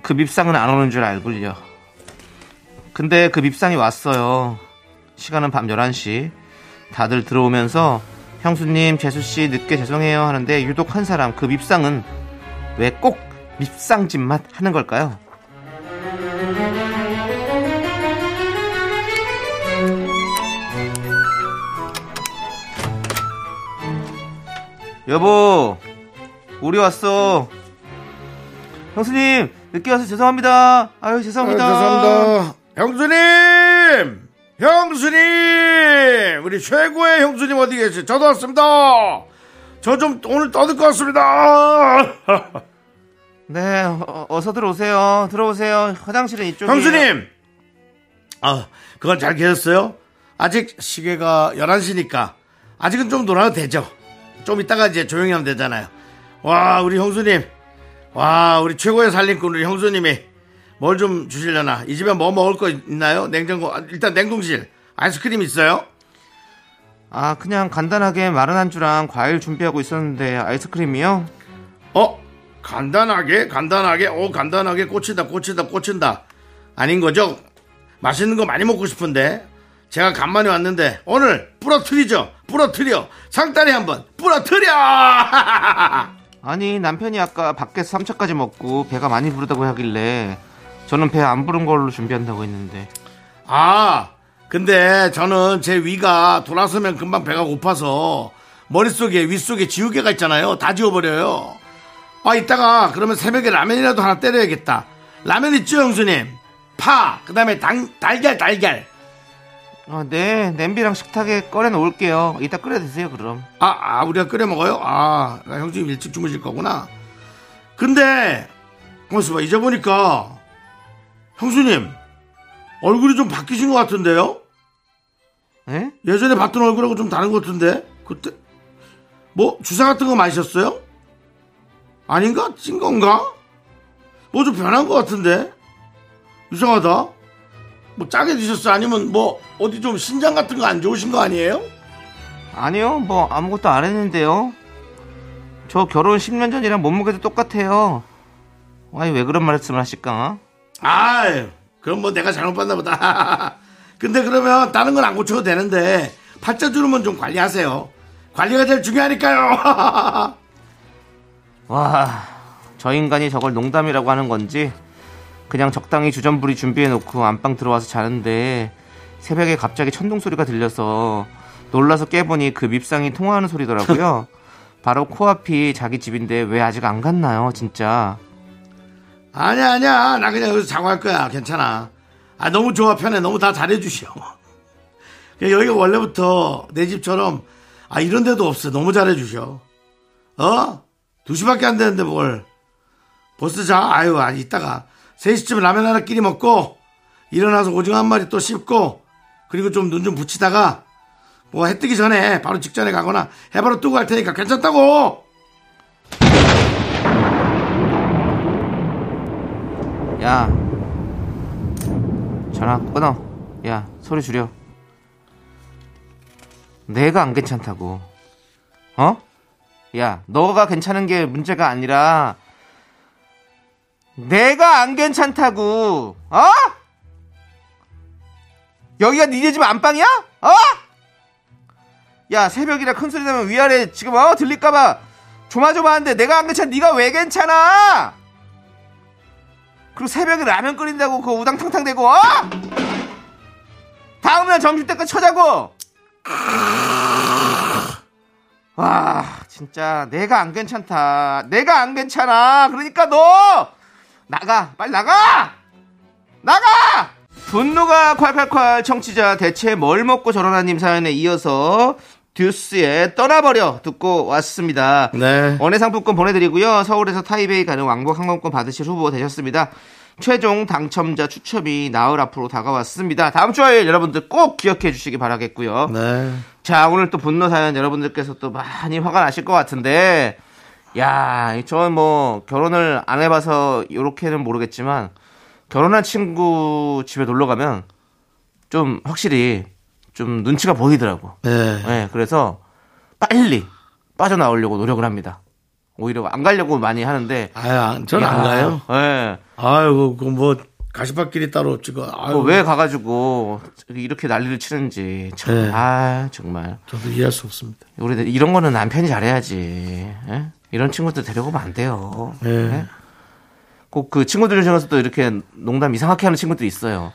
Speaker 2: 그 밉상은 안 오는 줄 알고요. 근데 그 밉상이 왔어요. 시간은 밤 11시. 다들 들어오면서 형수님, 재수씨 늦게 죄송해요 하는데 유독 한 사람 그 밉상은 왜 꼭 밉상짓맛 하는 걸까요? 여보, 우리 왔어. 형수님, 늦게 와서 죄송합니다. 아유, 죄송합니다.
Speaker 1: 아, 죄송합니다. 형수님! 형수님! 우리 최고의 형수님 어디 계세요? 저도 왔습니다! 저 좀 오늘 떠들 것 같습니다!
Speaker 2: 네, 어, 어서 들어오세요. 들어오세요. 화장실은 이쪽이에요.
Speaker 1: 형수님! 아, 그건 잘 계셨어요? 아직 시계가 11시니까 아직은 좀 놀아도 되죠. 좀 이따가 이제 조용히 하면 되잖아요. 와, 우리 형수님. 와, 우리 최고의 살림꾼 우리 형수님이 뭘 좀 주시려나? 이 집에 뭐 먹을 거 있나요? 냉장고, 아, 일단 냉동실. 아이스크림 있어요?
Speaker 2: 아, 그냥 간단하게 마른 안주랑 과일 준비하고 있었는데 아이스크림이요?
Speaker 1: 어? 간단하게, 간단하게, 오, 간단하게 꽂힌다, 꽂힌다, 꽂힌다. 아닌 거죠? 맛있는 거 많이 먹고 싶은데. 제가 간만에 왔는데, 오늘 부러뜨리죠? 부러뜨려! 상다리 한 번, 부러뜨려!
Speaker 2: 아니, 남편이 아까 밖에서 3차까지 먹고 배가 많이 부르다고 하길래 저는 배 안 부른 걸로 준비한다고 했는데
Speaker 1: 아, 근데 저는 제 위가 돌아서면 금방 배가 고파서 머릿속에, 윗속에 지우개가 있잖아요. 다 지워버려요. 아, 이따가 그러면 새벽에 라면이라도 하나 때려야겠다. 라면 있죠, 형수님? 파, 그 다음에 달걀, 달걀.
Speaker 2: 아, 네, 냄비랑 식탁에 꺼내 놓을게요. 이따 끓여 드세요, 그럼.
Speaker 1: 아, 아, 우리가 끓여 먹어요? 아, 나 형수님 일찍 주무실 거구나. 근데 가만있어 봐. 잊어보니까 형수님 얼굴이 좀 바뀌신 것 같은데요?
Speaker 2: 예?
Speaker 1: 예전에 봤던 얼굴하고 좀 다른 것 같은데 그때 뭐 주사 같은 거 맞으셨어요? 아닌가? 찐 건가? 뭐 좀 변한 것 같은데 이상하다 뭐 짜게 드셨어요? 아니면 뭐 어디 좀 신장 같은 거 안 좋으신 거 아니에요?
Speaker 2: 아니요, 뭐 아무것도 안 했는데요. 저 결혼 10년 전이랑 몸무게도 똑같아요. 아니 왜 그런 말씀을 하실까?
Speaker 1: 아유 그럼 뭐 내가 잘못 봤나 보다 근데 그러면 다른 건 안 고쳐도 되는데 팔자 주름은 좀 관리하세요 관리가 제일 중요하니까요
Speaker 2: 와, 저 인간이 저걸 농담이라고 하는 건지 그냥 적당히 주전부리 준비해놓고 안방 들어와서 자는데 새벽에 갑자기 천둥 소리가 들려서 놀라서 깨보니 그 밉상이 통화하는 소리더라고요. 바로 코앞이 자기 집인데 왜 아직 안 갔나요, 진짜?
Speaker 1: 아니야 아니야 나 그냥 여기서 자고 할 거야 괜찮아 아 너무 좋아 편해 너무 다 잘해주시오 그냥 여기가 원래부터 내 집처럼 아 이런 데도 없어 너무 잘해주셔 어? 2시밖에 안 되는데 뭘 벌써 자 아유 아 이따가 3시쯤 라면 하나 끼리 먹고 일어나서 오징어 한 마리 또 씹고 그리고 좀 눈 좀 붙이다가 뭐 해 뜨기 전에 바로 직전에 가거나 해바로 뜨고 할 테니까 괜찮다고
Speaker 2: 야, 전화 끊어. 야, 소리 줄여. 내가 안 괜찮다고. 어? 야, 너가 괜찮은 게 문제가 아니라 내가 안 괜찮다고. 어? 여기가 니네 집 안방이야? 어? 야, 새벽이라 큰 소리 나면 위아래 지금 어 들릴까봐 조마조마한데 내가 안 괜찮, 네가 왜 괜찮아? 그리고 새벽에 라면 끓인다고 그 우당탕탕 대고 어? 다음날 점심 때까지 쳐자고 와 진짜 내가 안 괜찮다 내가 안 괜찮아 그러니까 너 나가 빨리 나가 나가 분노가 콸콸콸 청취자 대체 뭘 먹고 저러나님 사연에 이어서 듀스의 떠나버려 듣고 왔습니다
Speaker 1: 네
Speaker 2: 원예 상품권 보내드리고요. 서울에서 타이베이 가는 왕복 항공권 받으실 후보 되셨습니다. 최종 당첨자 추첨이 나흘 앞으로 다가왔습니다. 다음 주 화요일 여러분들 꼭 기억해 주시기 바라겠고요.
Speaker 1: 네.
Speaker 2: 자, 오늘 또 분노 사연 여러분들께서 또 많이 화가 나실 것 같은데, 야, 저는 뭐 결혼을 안 해봐서 요렇게는 모르겠지만, 결혼한 친구 집에 놀러 가면 좀 확실히 좀 눈치가 보이더라고.
Speaker 1: 네.
Speaker 2: 네, 그래서 빨리 빠져나오려고 노력을 합니다. 오히려 안 가려고 많이 하는데.
Speaker 1: 아유 전 안 가요
Speaker 2: 예.
Speaker 1: 아유, 그, 뭐, 가시밭길이 따로 없지. 그, 아유,
Speaker 2: 그거 어, 왜 가가지고 이렇게 난리를 치는지. 참,
Speaker 1: 네.
Speaker 2: 아, 정말.
Speaker 1: 저도 이해할 수 없습니다.
Speaker 2: 우리 이런 거는 남편이 잘해야지. 예? 이런 친구들 데려오면 안 돼요.
Speaker 1: 예.
Speaker 2: 꼭 그 친구들 중에서도 이렇게 농담 이상하게 하는 친구도 있어요.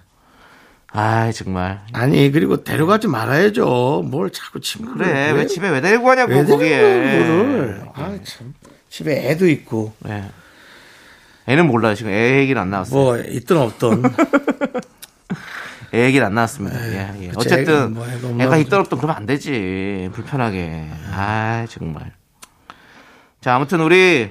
Speaker 2: 아, 정말.
Speaker 1: 아니, 그리고 데려가지 말아야죠. 뭘 자꾸 친구를.
Speaker 2: 그래, 왜 집에 왜 데리고 가냐고,
Speaker 1: 왜 데리고
Speaker 2: 거기에. 음.
Speaker 1: 거를. 아, 참. 집에 애도 있고,
Speaker 2: 예. 애는 몰라요, 지금. 애 얘기는 안 나왔어요.
Speaker 1: 뭐, 있든 없든.
Speaker 2: 애 얘기는 안 나왔습니다. 예,
Speaker 1: 그치,
Speaker 2: 예.
Speaker 1: 애가
Speaker 2: 어쨌든
Speaker 1: 뭐 애가 없나
Speaker 2: 애가
Speaker 1: 보죠.
Speaker 2: 있더라도 그러면 안 되지 불편하게. 아 정말. 자 아무튼 우리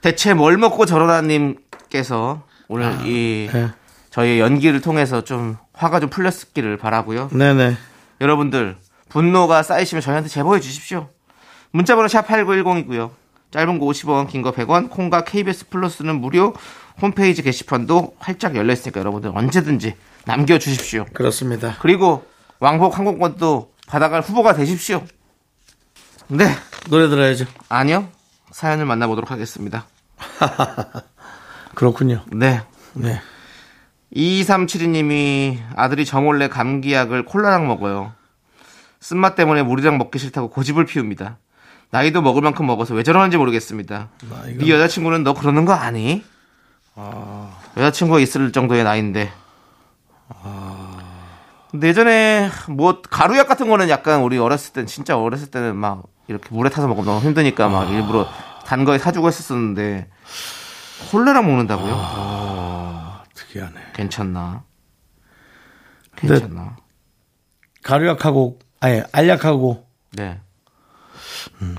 Speaker 2: 대체 뭘 먹고 저러다님께서 오늘 이
Speaker 1: 예.
Speaker 2: 저희 의 연기를 통해서 좀 화가 좀 풀렸기를 바라고요.
Speaker 1: 네네.
Speaker 2: 여러분들 분노가 쌓이시면 저희한테 제보해 주십시오. 문자번호 샵 8910이고요. 짧은 거 50원, 긴 거 100원, 콩과 KBS 플러스는 무료. 홈페이지 게시판도 활짝 열려 있으니까 여러분들 언제든지 남겨 주십시오.
Speaker 1: 그렇습니다.
Speaker 2: 그리고 왕복 항공권도 받아갈 후보가 되십시오. 네,
Speaker 1: 노래 들어야죠.
Speaker 2: 아니요. 사연을 만나보도록 하겠습니다.
Speaker 1: 그렇군요.
Speaker 2: 네.
Speaker 1: 네.
Speaker 2: 2372님이 아들이 정원래 감기약을 콜라랑 먹어요. 쓴맛 때문에 물이랑 먹기 싫다고 고집을 피웁니다. 나이도 먹을 만큼 먹어서 왜 저러는지 모르겠습니다.
Speaker 1: 이거-
Speaker 2: 네 여자친구는 너 그러는 거 아니? 여자친구가 있을 정도의 나이인데. 근데 예전에 뭐 가루약 같은 거는 약간 우리 어렸을 땐 진짜 어렸을 때는 막 이렇게 물에 타서 먹으면 너무 힘드니까 막 일부러 단 거에 사주고 했었었는데 콜라랑 먹는다고요?
Speaker 1: 특이하네.
Speaker 2: 괜찮나?
Speaker 1: 근데-
Speaker 2: 괜찮나?
Speaker 1: 가루약하고, 아니, 알약하고,
Speaker 2: 네. 음.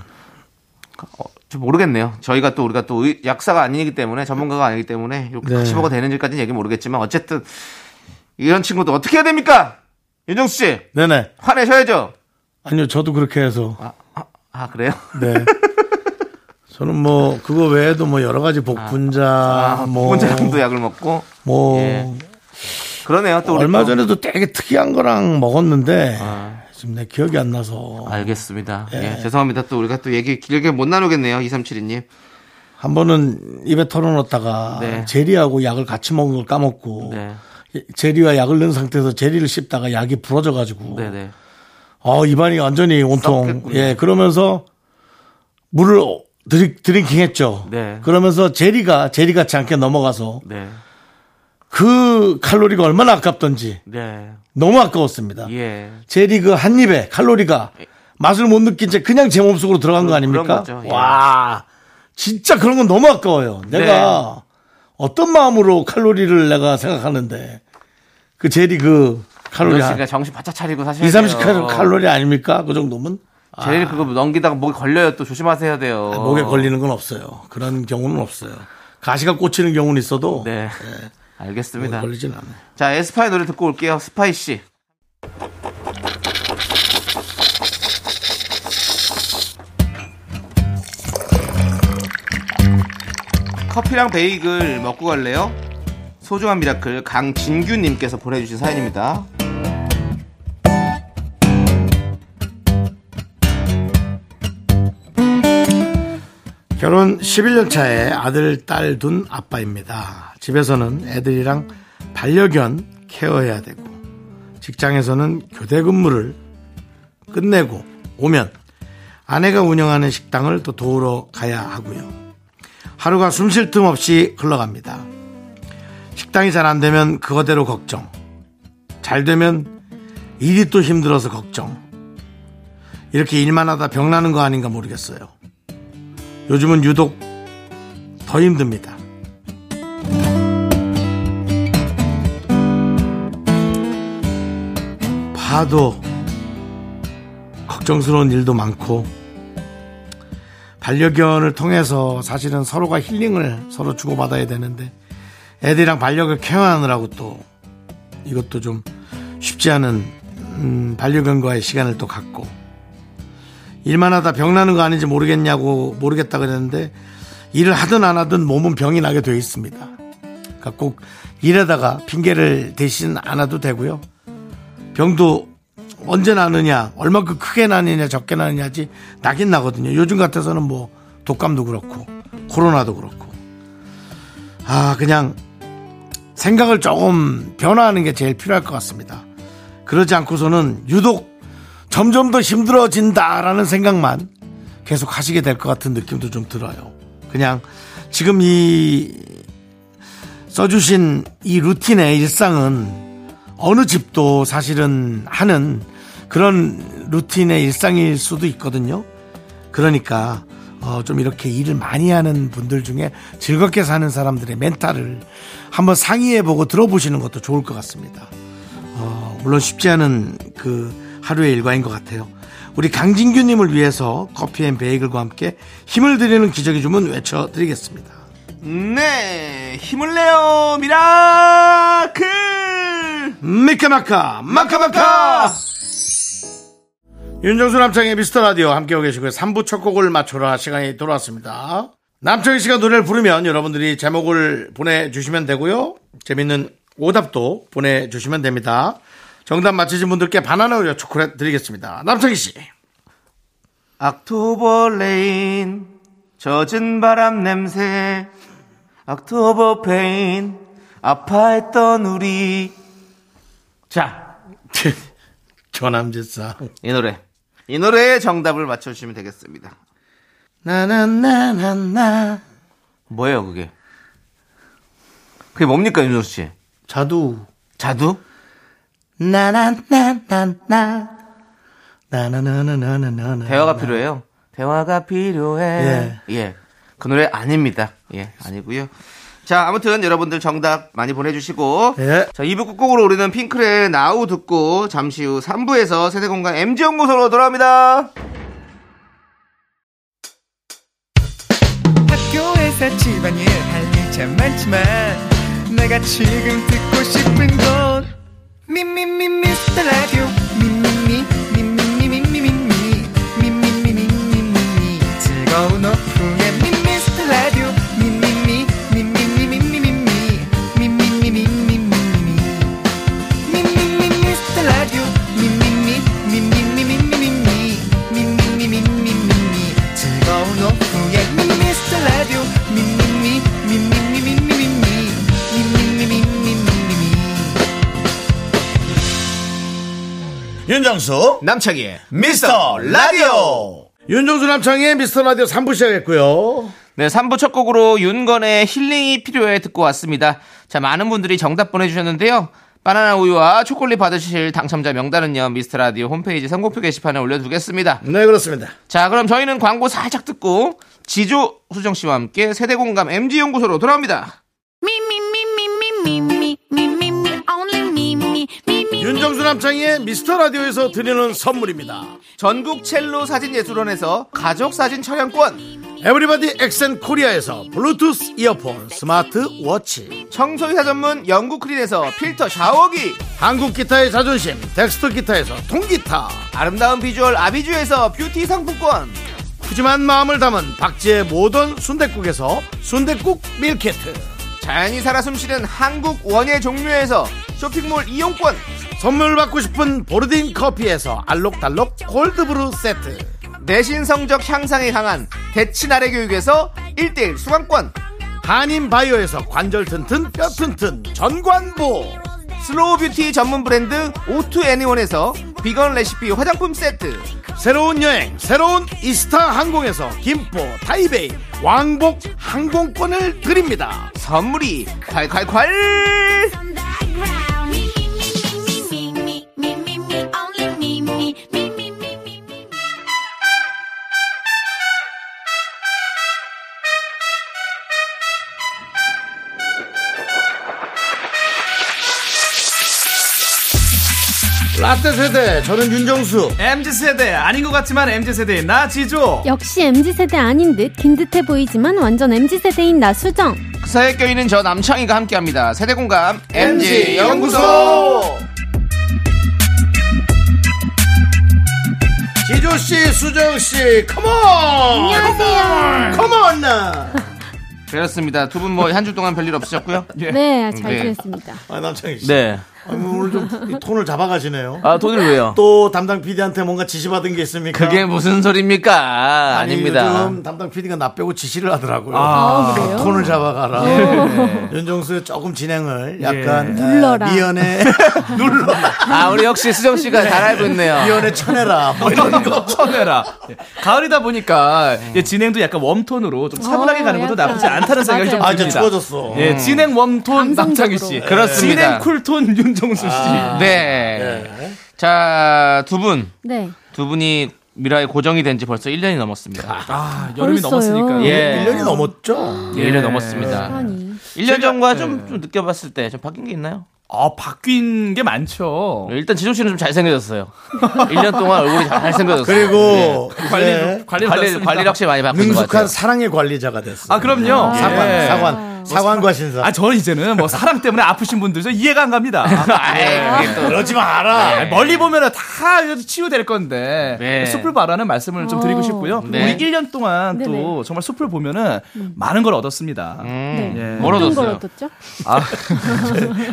Speaker 2: 어, 저 모르겠네요. 저희가 또 우리가 또 의- 약사가 아니기 때문에 전문가가 아니기 때문에 이렇게
Speaker 1: 네.
Speaker 2: 같이 먹어 되는지까지는 얘기 모르겠지만 어쨌든 이런 친구도 어떻게 해야 됩니까? 윤정수 씨
Speaker 1: 네네.
Speaker 2: 화내셔야죠.
Speaker 1: 아니요, 저도 그렇게 해서.
Speaker 2: 아, 아, 아, 그래요?
Speaker 1: 네. 저는 뭐 그거 외에도 뭐 여러 가지 복분자
Speaker 2: 아,
Speaker 1: 뭐
Speaker 2: 혼자랑도 약을 먹고
Speaker 1: 뭐
Speaker 2: 예. 그러네요. 또 우리
Speaker 1: 얼마
Speaker 2: 또.
Speaker 1: 전에도 되게 특이한 거랑 먹었는데
Speaker 2: 아.
Speaker 1: 지금 내 기억이 안 나서
Speaker 2: 알겠습니다.
Speaker 1: 예.
Speaker 2: 예, 죄송합니다. 또 우리가 또 얘기 길게 못 나누겠네요. 2372님.
Speaker 1: 한 번은 입에 털어놓다가
Speaker 2: 네.
Speaker 1: 제리하고 약을 같이 먹은 걸 까먹고
Speaker 2: 네.
Speaker 1: 제리와 약을 넣은 상태에서 제리를 씹다가 약이 부러져가지고
Speaker 2: 네네.
Speaker 1: 어, 입안이 완전히 온통.
Speaker 2: 썩겠군요.
Speaker 1: 예, 그러면서 물을 어, 드리, 드링킹 했죠.
Speaker 2: 네.
Speaker 1: 그러면서 제리가, 제리 같지 않게 넘어가서
Speaker 2: 네.
Speaker 1: 그 칼로리가 얼마나 아깝던지
Speaker 2: 네.
Speaker 1: 너무 아까웠습니다.
Speaker 2: 예.
Speaker 1: 제리 그 한 입에 칼로리가 맛을 못 느낀 채 그냥 제 몸속으로 들어간 거 아닙니까?
Speaker 2: 그런 거죠. 예.
Speaker 1: 와, 진짜 그런 건 너무 아까워요.
Speaker 2: 네.
Speaker 1: 내가 어떤 마음으로 칼로리를 내가 생각하는데 그 제리 그 칼로리
Speaker 2: 그러니까
Speaker 1: 한
Speaker 2: 정신 바짝 차리고 사실
Speaker 1: 2, 30 칼로리 아닙니까? 그 정도면?
Speaker 2: 제일 그거 넘기다가 목에 걸려요. 또 조심하셔야 돼요.
Speaker 1: 아, 목에 걸리는 건 없어요. 그런 경우는 없어요. 가시가 꽂히는 경우는 있어도 예.
Speaker 2: 네.
Speaker 1: 목에
Speaker 2: 알겠습니다.
Speaker 1: 걸리진 않아요.
Speaker 2: 자, 예, 에스파의 노래 듣고 올게요. 스파이 씨. 커피랑 베이글 먹고 갈래요? 소중한 미라클 강진규님께서 보내주신 사연입니다.
Speaker 1: 결혼 11년 차에 아들, 딸 둔 아빠입니다. 집에서는 애들이랑 반려견 케어해야 되고 직장에서는 교대 근무를 끝내고 오면 아내가 운영하는 식당을 또 도우러 가야 하고요. 하루가 숨 쉴 틈 없이 흘러갑니다. 식당이 잘 안 되면 그거대로 걱정. 잘 되면 일이 또 힘들어서 걱정. 이렇게 일만 하다 병나는 거 아닌가 모르겠어요. 요즘은 유독 더 힘듭니다. 봐도 걱정스러운 일도 많고 반려견을 통해서 사실은 서로가 힐링을 서로 주고받아야 되는데 애들이랑 반려견 케어하느라고 또 이것도 좀 쉽지 않은 음, 반려견과의 시간을 또 갖고 일만 하다 병 나는 거 아닌지 모르겠냐고 모르겠다 그랬는데 일을 하든 안 하든 몸은 병이 나게 돼 있습니다. 그러니까 꼭 일하다가 핑계를 대신 안 해도 되고요. 병도 언제 나느냐, 얼마큼 크게 나느냐, 적게 나느냐지 나긴 나거든요. 요즘 같아서는 뭐 독감도 그렇고 코로나도 그렇고 아 그냥 생각을 조금 변화하는 게 제일 필요할 것 같습니다. 그러지 않고서는 유독 점점 더 힘들어진다라는 생각만 계속 하시게 될 것 같은 느낌도 좀 들어요. 그냥 지금 이 써주신 이 루틴의 일상은 어느 집도 사실은 하는 그런 루틴의 일상일 수도 있거든요. 그러니까 어, 좀 이렇게 일을 많이 하는 분들 중에 즐겁게 사는 사람들의 멘탈을 한번 상의해보고 들어보시는 것도 좋을 것 같습니다. 어, 물론 쉽지 않은 그 하루의 일과인 것 같아요. 우리 강진규님을 위해서 커피앤 베이글과 함께 힘을 드리는 기적의 주문 외쳐드리겠습니다.
Speaker 2: 네, 힘을 내요, 미라클!
Speaker 1: 미카마카 마카마카 윤정수 남창의 미스터 라디오 함께하고 계시고요. 3부 첫 곡을 맞춰라 시간이 돌아왔습니다. 남창희 씨가 노래를 부르면 여러분들이 제목을 보내주시면 되고요. 재밌는 오답도 보내주시면 됩니다. 정답 맞히신 분들께 바나나 우유 초콜릿 드리겠습니다. 남창희 씨.
Speaker 2: 악토버 레인 젖은 바람 냄새 악토버 페인 아파했던 우리 자 이
Speaker 1: 전함지사.
Speaker 2: 노래 이 노래의 정답을 맞춰주시면 되겠습니다
Speaker 1: 나나나나나.
Speaker 2: 뭐예요 그게 그게 뭡니까 윤정수씨
Speaker 1: 자두.
Speaker 2: 자두?
Speaker 1: 나나나나나. 나나나나나나.
Speaker 2: 대화가 필요해요 대화가 필요해
Speaker 1: 음, 네. 예.
Speaker 2: 예그 노래 아닙니다 예 아니고요 자 아무튼 여러분들 정답 많이 보내주시고
Speaker 1: 예.
Speaker 2: 자, 2부 끝곡으로 우리는 핑클의 나우 듣고 잠시 후 3부에서 세대공간 MG연구소로 돌아옵니다.
Speaker 6: 회사 집안일 할 일 참 많지만 내가 지금 듣고 싶은 건 미미미 미스터 라디오 미미미 미미미 미미미 미미미 미미미 즐거운 오픈에 미스터 라디오 미미미 미미미 미미미 미미미 미미미 미미미
Speaker 7: 윤정수
Speaker 2: 남창희의
Speaker 7: 미스터 라디오
Speaker 1: 윤종수 남창의 미스터 라디오 3부 시작했고요.
Speaker 2: 네, 3부 첫 곡으로 윤건의 힐링이 필요해 듣고 왔습니다. 자, 많은 분들이 정답 보내주셨는데요. 바나나 우유와 초콜릿 받으실 당첨자 명단은요, 미스터라디오 홈페이지 선곡표 게시판에 올려두겠습니다.
Speaker 1: 네, 그렇습니다.
Speaker 2: 자, 그럼 저희는 광고 살짝 듣고, 지조 수정씨와 함께 세대공감 MG연구소로 돌아옵니다.
Speaker 3: Me, me, me, me, me, me, me, me, me, me, only me, me, me, me.
Speaker 1: 윤정수 남창의 미스터 라디오에서 드리는 선물입니다.
Speaker 2: 전국 첼로 사진예술원에서 가족 사진 촬영권,
Speaker 1: 에브리바디 엑센 코리아에서 블루투스 이어폰, 스마트 워치,
Speaker 2: 청소이사 전문 영국크린에서 필터 샤워기,
Speaker 1: 한국 기타의 자존심, 덱스터 기타에서 통기타,
Speaker 2: 아름다운 비주얼 아비주에서 뷰티 상품권,
Speaker 1: 푸짐한 마음을 담은 박지의 모던 순댓국에서순댓국 밀키트,
Speaker 2: 자연이 살아 숨쉬는 한국 원예 종묘에서 쇼핑몰 이용권,
Speaker 1: 선물 받고 싶은 보르딘 커피에서 알록달록 골드브루 세트,
Speaker 2: 내신 성적 향상에 강한 대치나래 교육에서 1대1 수강권
Speaker 1: 한인 바이오에서 관절 튼튼 뼈 튼튼 전관보,
Speaker 2: 슬로우 뷰티 전문 브랜드 오투 애니원에서 비건 레시피 화장품 세트
Speaker 1: 새로운 여행, 새로운 이스타 항공에서 김포, 타이베이, 왕복 항공권을 드립니다.
Speaker 2: 선물이 콸콸콸
Speaker 3: On the ground. Me, me, me, me, me, me, me, me, me, only me, me, me, me, me, me, me.
Speaker 1: 라떼 세대, 저는 윤정수.
Speaker 6: MZ세대 아닌 것 같지만 MZ세대인 나 지조
Speaker 8: 역시 MZ세대 아닌 듯 긴 듯해 보이지만 완전 MZ세대인 나 수정
Speaker 2: 그 사이에 껴있는 저 남창희가 함께합니다 세대공감 MG연구소
Speaker 1: 지조씨, 수정씨, 컴온!
Speaker 8: 안녕하세요
Speaker 1: 컴온!
Speaker 2: 그렇습니다 두 분 뭐 한 주 동안 별일 없으셨고요
Speaker 8: 네잘
Speaker 2: 네.
Speaker 8: 지냈습니다
Speaker 1: 아, 남창희씨.
Speaker 2: 네.
Speaker 1: 아, 오늘 좀이 톤을 잡아가시네요.
Speaker 2: 아 돈을 왜요?
Speaker 1: 또 담당 PD한테 뭔가 지시받은 게 있습니까?
Speaker 2: 그게 무슨 소리입니까?
Speaker 1: 아니,
Speaker 2: 아닙니다.
Speaker 1: 요즘 담당 PD가 나 빼고 지시를 하더라고요.
Speaker 8: 아, 그래요?
Speaker 1: 톤을 잡아가라. 예. 윤정수의 조금 진행을 약간 에,
Speaker 8: 눌러라. 예.
Speaker 1: 미연에 눌러
Speaker 2: 아 우리 역시 수정 씨가 잘 알고 있네요.
Speaker 1: 미연에 쳐내라. 뭐 이런 거.
Speaker 6: 천해라 가을이다 보니까 예, 진행도 약간 웜톤으로 좀 차분하게
Speaker 8: 어,
Speaker 6: 가는 것도
Speaker 8: 약간.
Speaker 6: 나쁘지 않다는 생각이 좀
Speaker 1: 아,
Speaker 8: 맞아요.
Speaker 1: 이제
Speaker 6: 듭니다
Speaker 1: 추워졌어.
Speaker 6: 예, 진행
Speaker 4: 아,
Speaker 6: 웜톤
Speaker 8: 감성적으로.
Speaker 6: 남창희 씨
Speaker 2: 네. 그렇습니다.
Speaker 6: 진행 쿨톤 윤정수 씨
Speaker 2: 네. 자, 두 분.
Speaker 8: 네
Speaker 2: 두 분이 미라에 고정이 된 지 벌써 1년이 넘었습니다.
Speaker 6: 아, 여름이
Speaker 8: 벌써요?
Speaker 6: 넘었으니까.
Speaker 2: 예.
Speaker 1: 1년이 넘었죠?
Speaker 2: 예, 1년 넘었습니다.
Speaker 8: 아니
Speaker 2: 1년 전과
Speaker 6: 예.
Speaker 2: 좀, 좀 느껴봤을 때 좀 바뀐 게 있나요?
Speaker 6: 아, 바뀐 게 많죠.
Speaker 2: 일단 지조 씨는 좀 잘생겨졌어요. 1년 동안 얼굴이 잘- 잘생겨졌어요. 네.
Speaker 1: 그리고
Speaker 6: 관리를,
Speaker 1: 이제
Speaker 6: 관리를,
Speaker 2: 관리,
Speaker 6: 받았습니다.
Speaker 2: 관리를 확실히 많이 바꾼 것 같아요.
Speaker 1: 능숙한 사랑의 관리자가 됐어.
Speaker 6: 아, 그럼요.
Speaker 1: 사관,
Speaker 6: 예.
Speaker 1: 사관, 사관과 신사.
Speaker 6: 아, 저는 이제는 뭐 사랑 때문에 아프신 분들 저 이해가 안 갑니다.
Speaker 2: 아이, 예, 그게 또. 예.
Speaker 1: 그러지 마라.
Speaker 6: 아, 멀리 보면은 다 치유될 건데
Speaker 2: 네.
Speaker 6: 숲을 봐라는 말씀을 좀 드리고
Speaker 8: 어.
Speaker 6: 싶고요.
Speaker 2: 네.
Speaker 6: 우리 1년 동안 또
Speaker 8: 네네.
Speaker 6: 정말 숲을 보면은 많은 걸 얻었습니다.
Speaker 2: 음,
Speaker 6: 예.
Speaker 8: 어떤 걸
Speaker 2: 멀어졌어요.
Speaker 8: 얻었죠?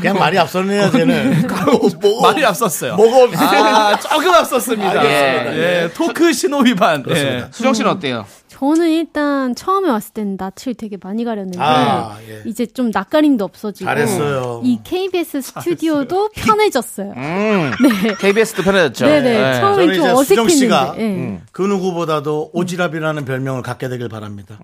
Speaker 1: 그냥 말이 앞서네요, 쟤는. 뭐,
Speaker 6: 많이 앞섰어요.
Speaker 1: 뭐가 없어.
Speaker 6: 아, 조금 앞섰습니다.
Speaker 2: 알겠습니다.
Speaker 6: 예, 토크 신호 위반. 예.
Speaker 2: 수정 씨는 어때요?
Speaker 8: 저는 일단 처음에 왔을 때는 낯을 되게 많이 가렸는데
Speaker 1: 아, 예.
Speaker 8: 이제 좀 낯가림도 없어지고
Speaker 1: 잘했어요.
Speaker 8: 이 KBS 스튜디오도 편해졌어요.
Speaker 2: 음, KBS도 편해졌죠.
Speaker 8: 네. 네네
Speaker 2: 예.
Speaker 8: 처음엔
Speaker 1: 저는
Speaker 8: 좀
Speaker 1: 이제 수정 씨가
Speaker 8: 어색했는데 예.
Speaker 1: 그 누구보다도 오지랖이라는 별명을 갖게 되길 바랍니다.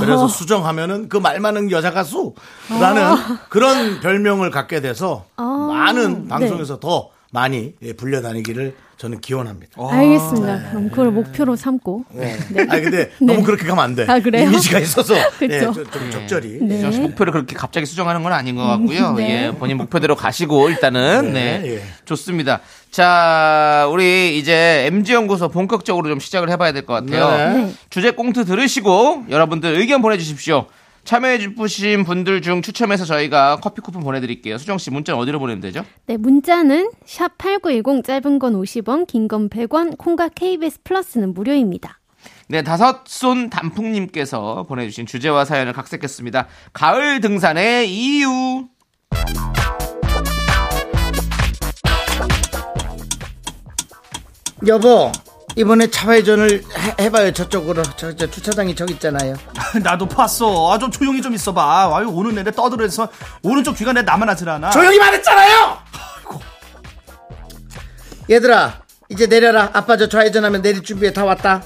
Speaker 1: 그래서 수정하면은 그 말 많은 여자 가수라는
Speaker 8: 아.
Speaker 1: 그런 별명을 갖게 돼서
Speaker 8: 네.
Speaker 1: 많은 방송에서 더 많이 예, 불려다니기를 저는
Speaker 8: 어.
Speaker 1: 기원합니다.
Speaker 8: 알겠습니다. 그럼 그걸 목표로 삼고
Speaker 1: 네. 아니 근데 너무 그렇게 가면 안 돼.
Speaker 8: 아, 그래요?
Speaker 1: 이미지가 있어서 예,
Speaker 8: 그쵸.
Speaker 1: 좀, 좀 적절히.
Speaker 8: 네.
Speaker 2: 수정 씨 목표를 그렇게 갑자기 수정하는 건 아닌 것 같고요.
Speaker 8: 네.
Speaker 2: 예, 본인 목표대로 가시고 일단은 네,
Speaker 1: 네, 예.
Speaker 2: 좋습니다. 자, 우리 이제 MG 연구소 본격적으로 좀 시작을 해봐야 될 것 같아요.
Speaker 1: 네.
Speaker 2: 주제 꽁트 들으시고 여러분들 의견 보내주십시오. 참여해주신 분들 중 추첨해서 저희가 커피 쿠폰 보내드릴게요. 수정 씨 문자 어디로 보내면 되죠?
Speaker 8: 네, 문자는 샵 8910 짧은 건 50원, 긴 건 100원, 콩과 KBS 플러스는 무료입니다.
Speaker 2: 네, 다섯 손 단풍님께서 보내주신 주제와 사연을 각색했습니다. 가을 등산의 이유.
Speaker 1: 여보 이번에 차회전을 해, 해봐요 저쪽으로 저, 저 주차장이 저기 있잖아요
Speaker 6: 나도 봤어. 아, 좀 조용히 좀 있어봐. 아유, 오는 내내 떠들어서 오른쪽 귀가 내 나만 하질 않아.
Speaker 1: 조용히 말했잖아요 얘들아 이제 내려라 아빠 저 좌회전하면 내릴 준비에 다 왔다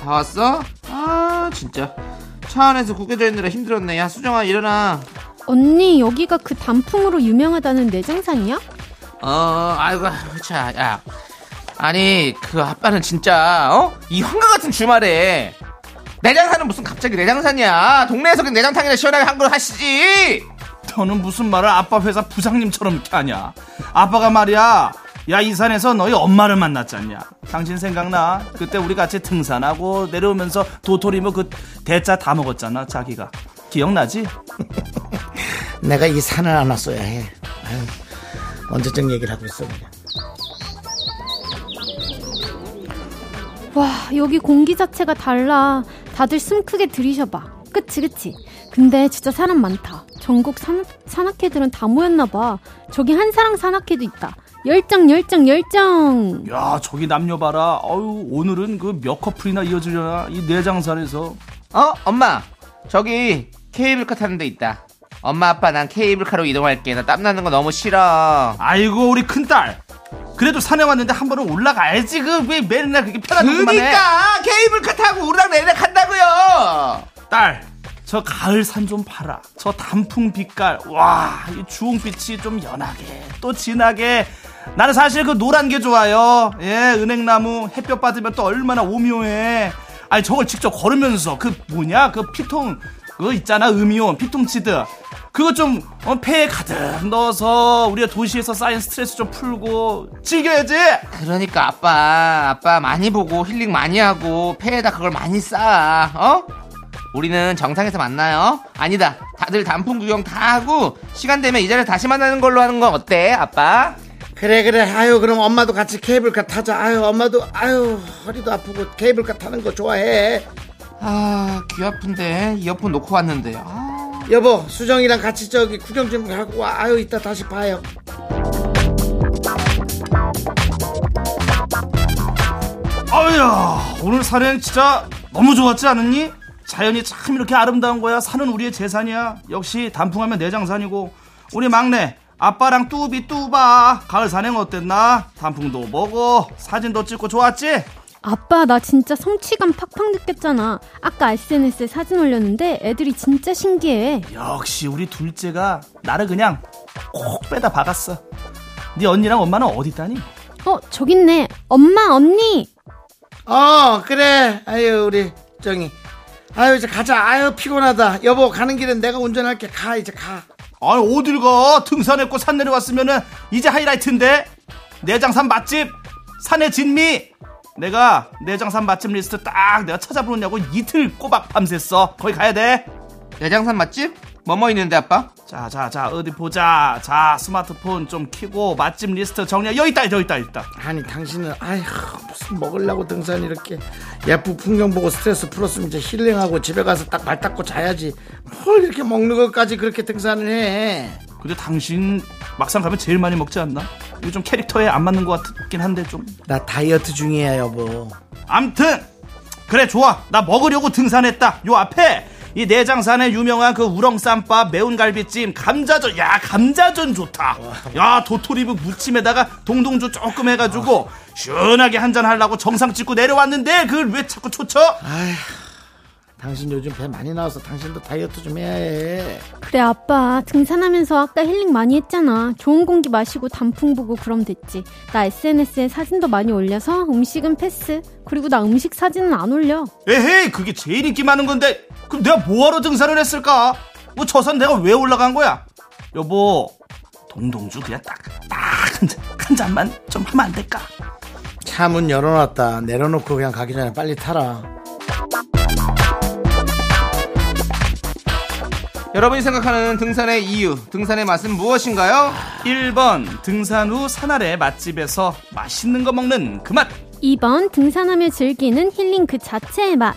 Speaker 2: 다 왔어? 아, 진짜. 차 안에서 구겨져 있느라 힘들었네. 야, 수정아, 일어나.
Speaker 8: 언니, 여기가 그 단풍으로 유명하다는 내정산이야?
Speaker 2: 어, 아이고, 자, 야. 아니, 그 아빠는 진짜, 어? 이 환각 같은 주말에. 내장산은 무슨 갑자기 내장산이야. 동네에서 그 내장탕이나 시원하게 한 걸 하시지.
Speaker 6: 너는 무슨 말을 아빠 회사 부장님처럼 이렇게 하냐? 아빠가 말이야. 야, 이 산에서 너희 엄마를 만났지 않냐? 당신 생각나? 그때 우리 같이 등산하고 내려오면서 도토리묵 그 대짜 다 먹었잖아, 자기가. 기억나지?
Speaker 1: 내가 이 산을 안 왔어야 해 아유, 언제적 얘기를 하고 있어 그냥
Speaker 8: 와, 여기 공기 자체가 달라. 다들 숨 크게 들이셔봐. 그치, 그치. 근데 진짜 사람 많다. 전국 산, 산악회들은 다 모였나봐. 저기 한사랑 산악회도 있다. 열정, 열정, 열정!
Speaker 6: 야, 저기 남녀 봐라. 어유 오늘은 그 몇 커플이나 이어지려나? 이 내장산에서.
Speaker 2: 어, 엄마. 저기 케이블카 타는 데 있다. 엄마 아빠 난 케이블카로 이동할게. 나 땀나는 거 너무 싫어.
Speaker 6: 아이고, 우리 큰딸. 그래도 산에 왔는데 한 번은 올라가야지. 그 왜 맨날 그렇게 편하다고만 해.
Speaker 2: 그러니까 케이블카 타고 오르락 내리락 한다고요.
Speaker 6: 딸, 저 가을 산 좀 봐라. 저 단풍 빛깔, 와, 이 주홍빛이 좀 연하게, 또 진하게. 나는 사실 그 노란 게 좋아요. 예, 은행나무 햇볕 받으면 또 얼마나 오묘해. 아니 저걸 직접 걸으면서 그 뭐냐 그 피통 그거 있잖아 음이온 피통치드 그거 좀 어, 폐에 가득 넣어서 우리가 도시에서 쌓인 스트레스 좀 풀고 즐겨야지.
Speaker 2: 그러니까 아빠 아빠 많이 보고 힐링 많이 하고 폐에다 그걸 많이 쌓아 어? 우리는 정상에서 만나요 아니다 다들 단풍 구경 다 하고 시간 되면 이 자리에 다시 만나는 걸로 하는 건 어때 아빠?
Speaker 1: 그래 그래 아유 그럼 엄마도 같이 케이블카 타자 아유 엄마도 아유 허리도 아프고 케이블카 타는 거 좋아해
Speaker 2: 아 귀 아픈데 이어폰 놓고 왔는데 아.
Speaker 1: 여보 수정이랑 같이 저기 구경 좀 하고 와. 아유 이따 다시 봐요
Speaker 6: 아유야 오늘 산행 진짜 너무 좋았지 않았니? 자연이 참 이렇게 아름다운 거야 산은 우리의 재산이야 역시 단풍하면 내장산이고 우리 막내 아빠랑 뚜비 뚜바 가을 산행 어땠나? 단풍도 보고 사진도 찍고 좋았지?
Speaker 8: 아빠, 나 진짜 성취감 팍팍 느꼈잖아. 아까 SNS에 사진 올렸는데 애들이 진짜 신기해.
Speaker 6: 역시 우리 둘째가 나를 그냥 콕 빼다 박았어 네 언니랑 엄마는 어디 있다니?
Speaker 8: 어, 저기 있네. 엄마, 언니!
Speaker 1: 어 그래 아유 우리 정이 아유 이제 가자 아유 피곤하다 여보 가는 길은 내가 운전할게 가 이제 가
Speaker 6: 아니 어딜 가 등산했고 산 내려왔으면은 이제 하이라이트인데 내장산 맛집 산의 진미 내가 내장산 맛집 리스트 딱 내가 찾아보느냐고 이틀 꼬박 밤샜어 거기 가야
Speaker 2: 내장산 맛집? 뭐뭐 있는데 아빠?
Speaker 6: 돼자자자 어디 보자 자 스마트폰 좀 키고 맛집 리스트 정리 여기 있다 여기 있다 여기 있다
Speaker 1: 아니 당신은 아휴 무슨 먹으려고 등산 이렇게 예쁜 풍경 보고 스트레스 풀었으면 이제 힐링하고 집에 가서 딱 발 닦고 자야지 뭘 이렇게 먹는 것까지 그렇게 등산을 해
Speaker 6: 근데 당신 막상 가면 제일 많이 먹지 않나? 이거 좀 캐릭터에 안 맞는 것 같긴 한데 좀
Speaker 1: 나 다이어트 중이야 여보
Speaker 6: 암튼 그래 좋아 나 먹으려고 등산했다 요 앞에 이 내장산의 유명한 그 우렁쌈밥 매운 갈비찜 감자전 야 감자전 좋다 야 도토리묵 무침에다가 동동주 조금 해가지고 시원하게 한잔 하려고 정상 찍고 내려왔는데 그걸 왜 자꾸 초쳐
Speaker 1: 당신 요즘 배 많이 나와서 당신도 다이어트 좀 해야 해
Speaker 8: 그래, 아빠. 등산하면서 아까 힐링 많이 했잖아. 좋은 공기 마시고 단풍 보고 그럼 됐지. 나 SNS에 사진도 많이 올려서 음식은 패스. 그리고 나 음식 사진은 안 올려.
Speaker 6: 에헤이 그게 제일 인기 많은 건데 그럼 내가 뭐하러 등산을 했을까 뭐 저 산 내가 왜 올라간 거야 여보 동동주 그냥 딱딱한 잔만 좀 하면 안 될까
Speaker 1: 차 문 열어놨다 내려놓고 그냥 가기 전에 빨리 타라
Speaker 2: 여러분이 생각하는 등산의 이유, 등산의 맛은 무엇인가요?
Speaker 6: 1번 등산 후 산아래 맛집에서 맛있는 거 먹는 그 맛.
Speaker 8: 2번 등산하며 즐기는 힐링 그 자체의 맛.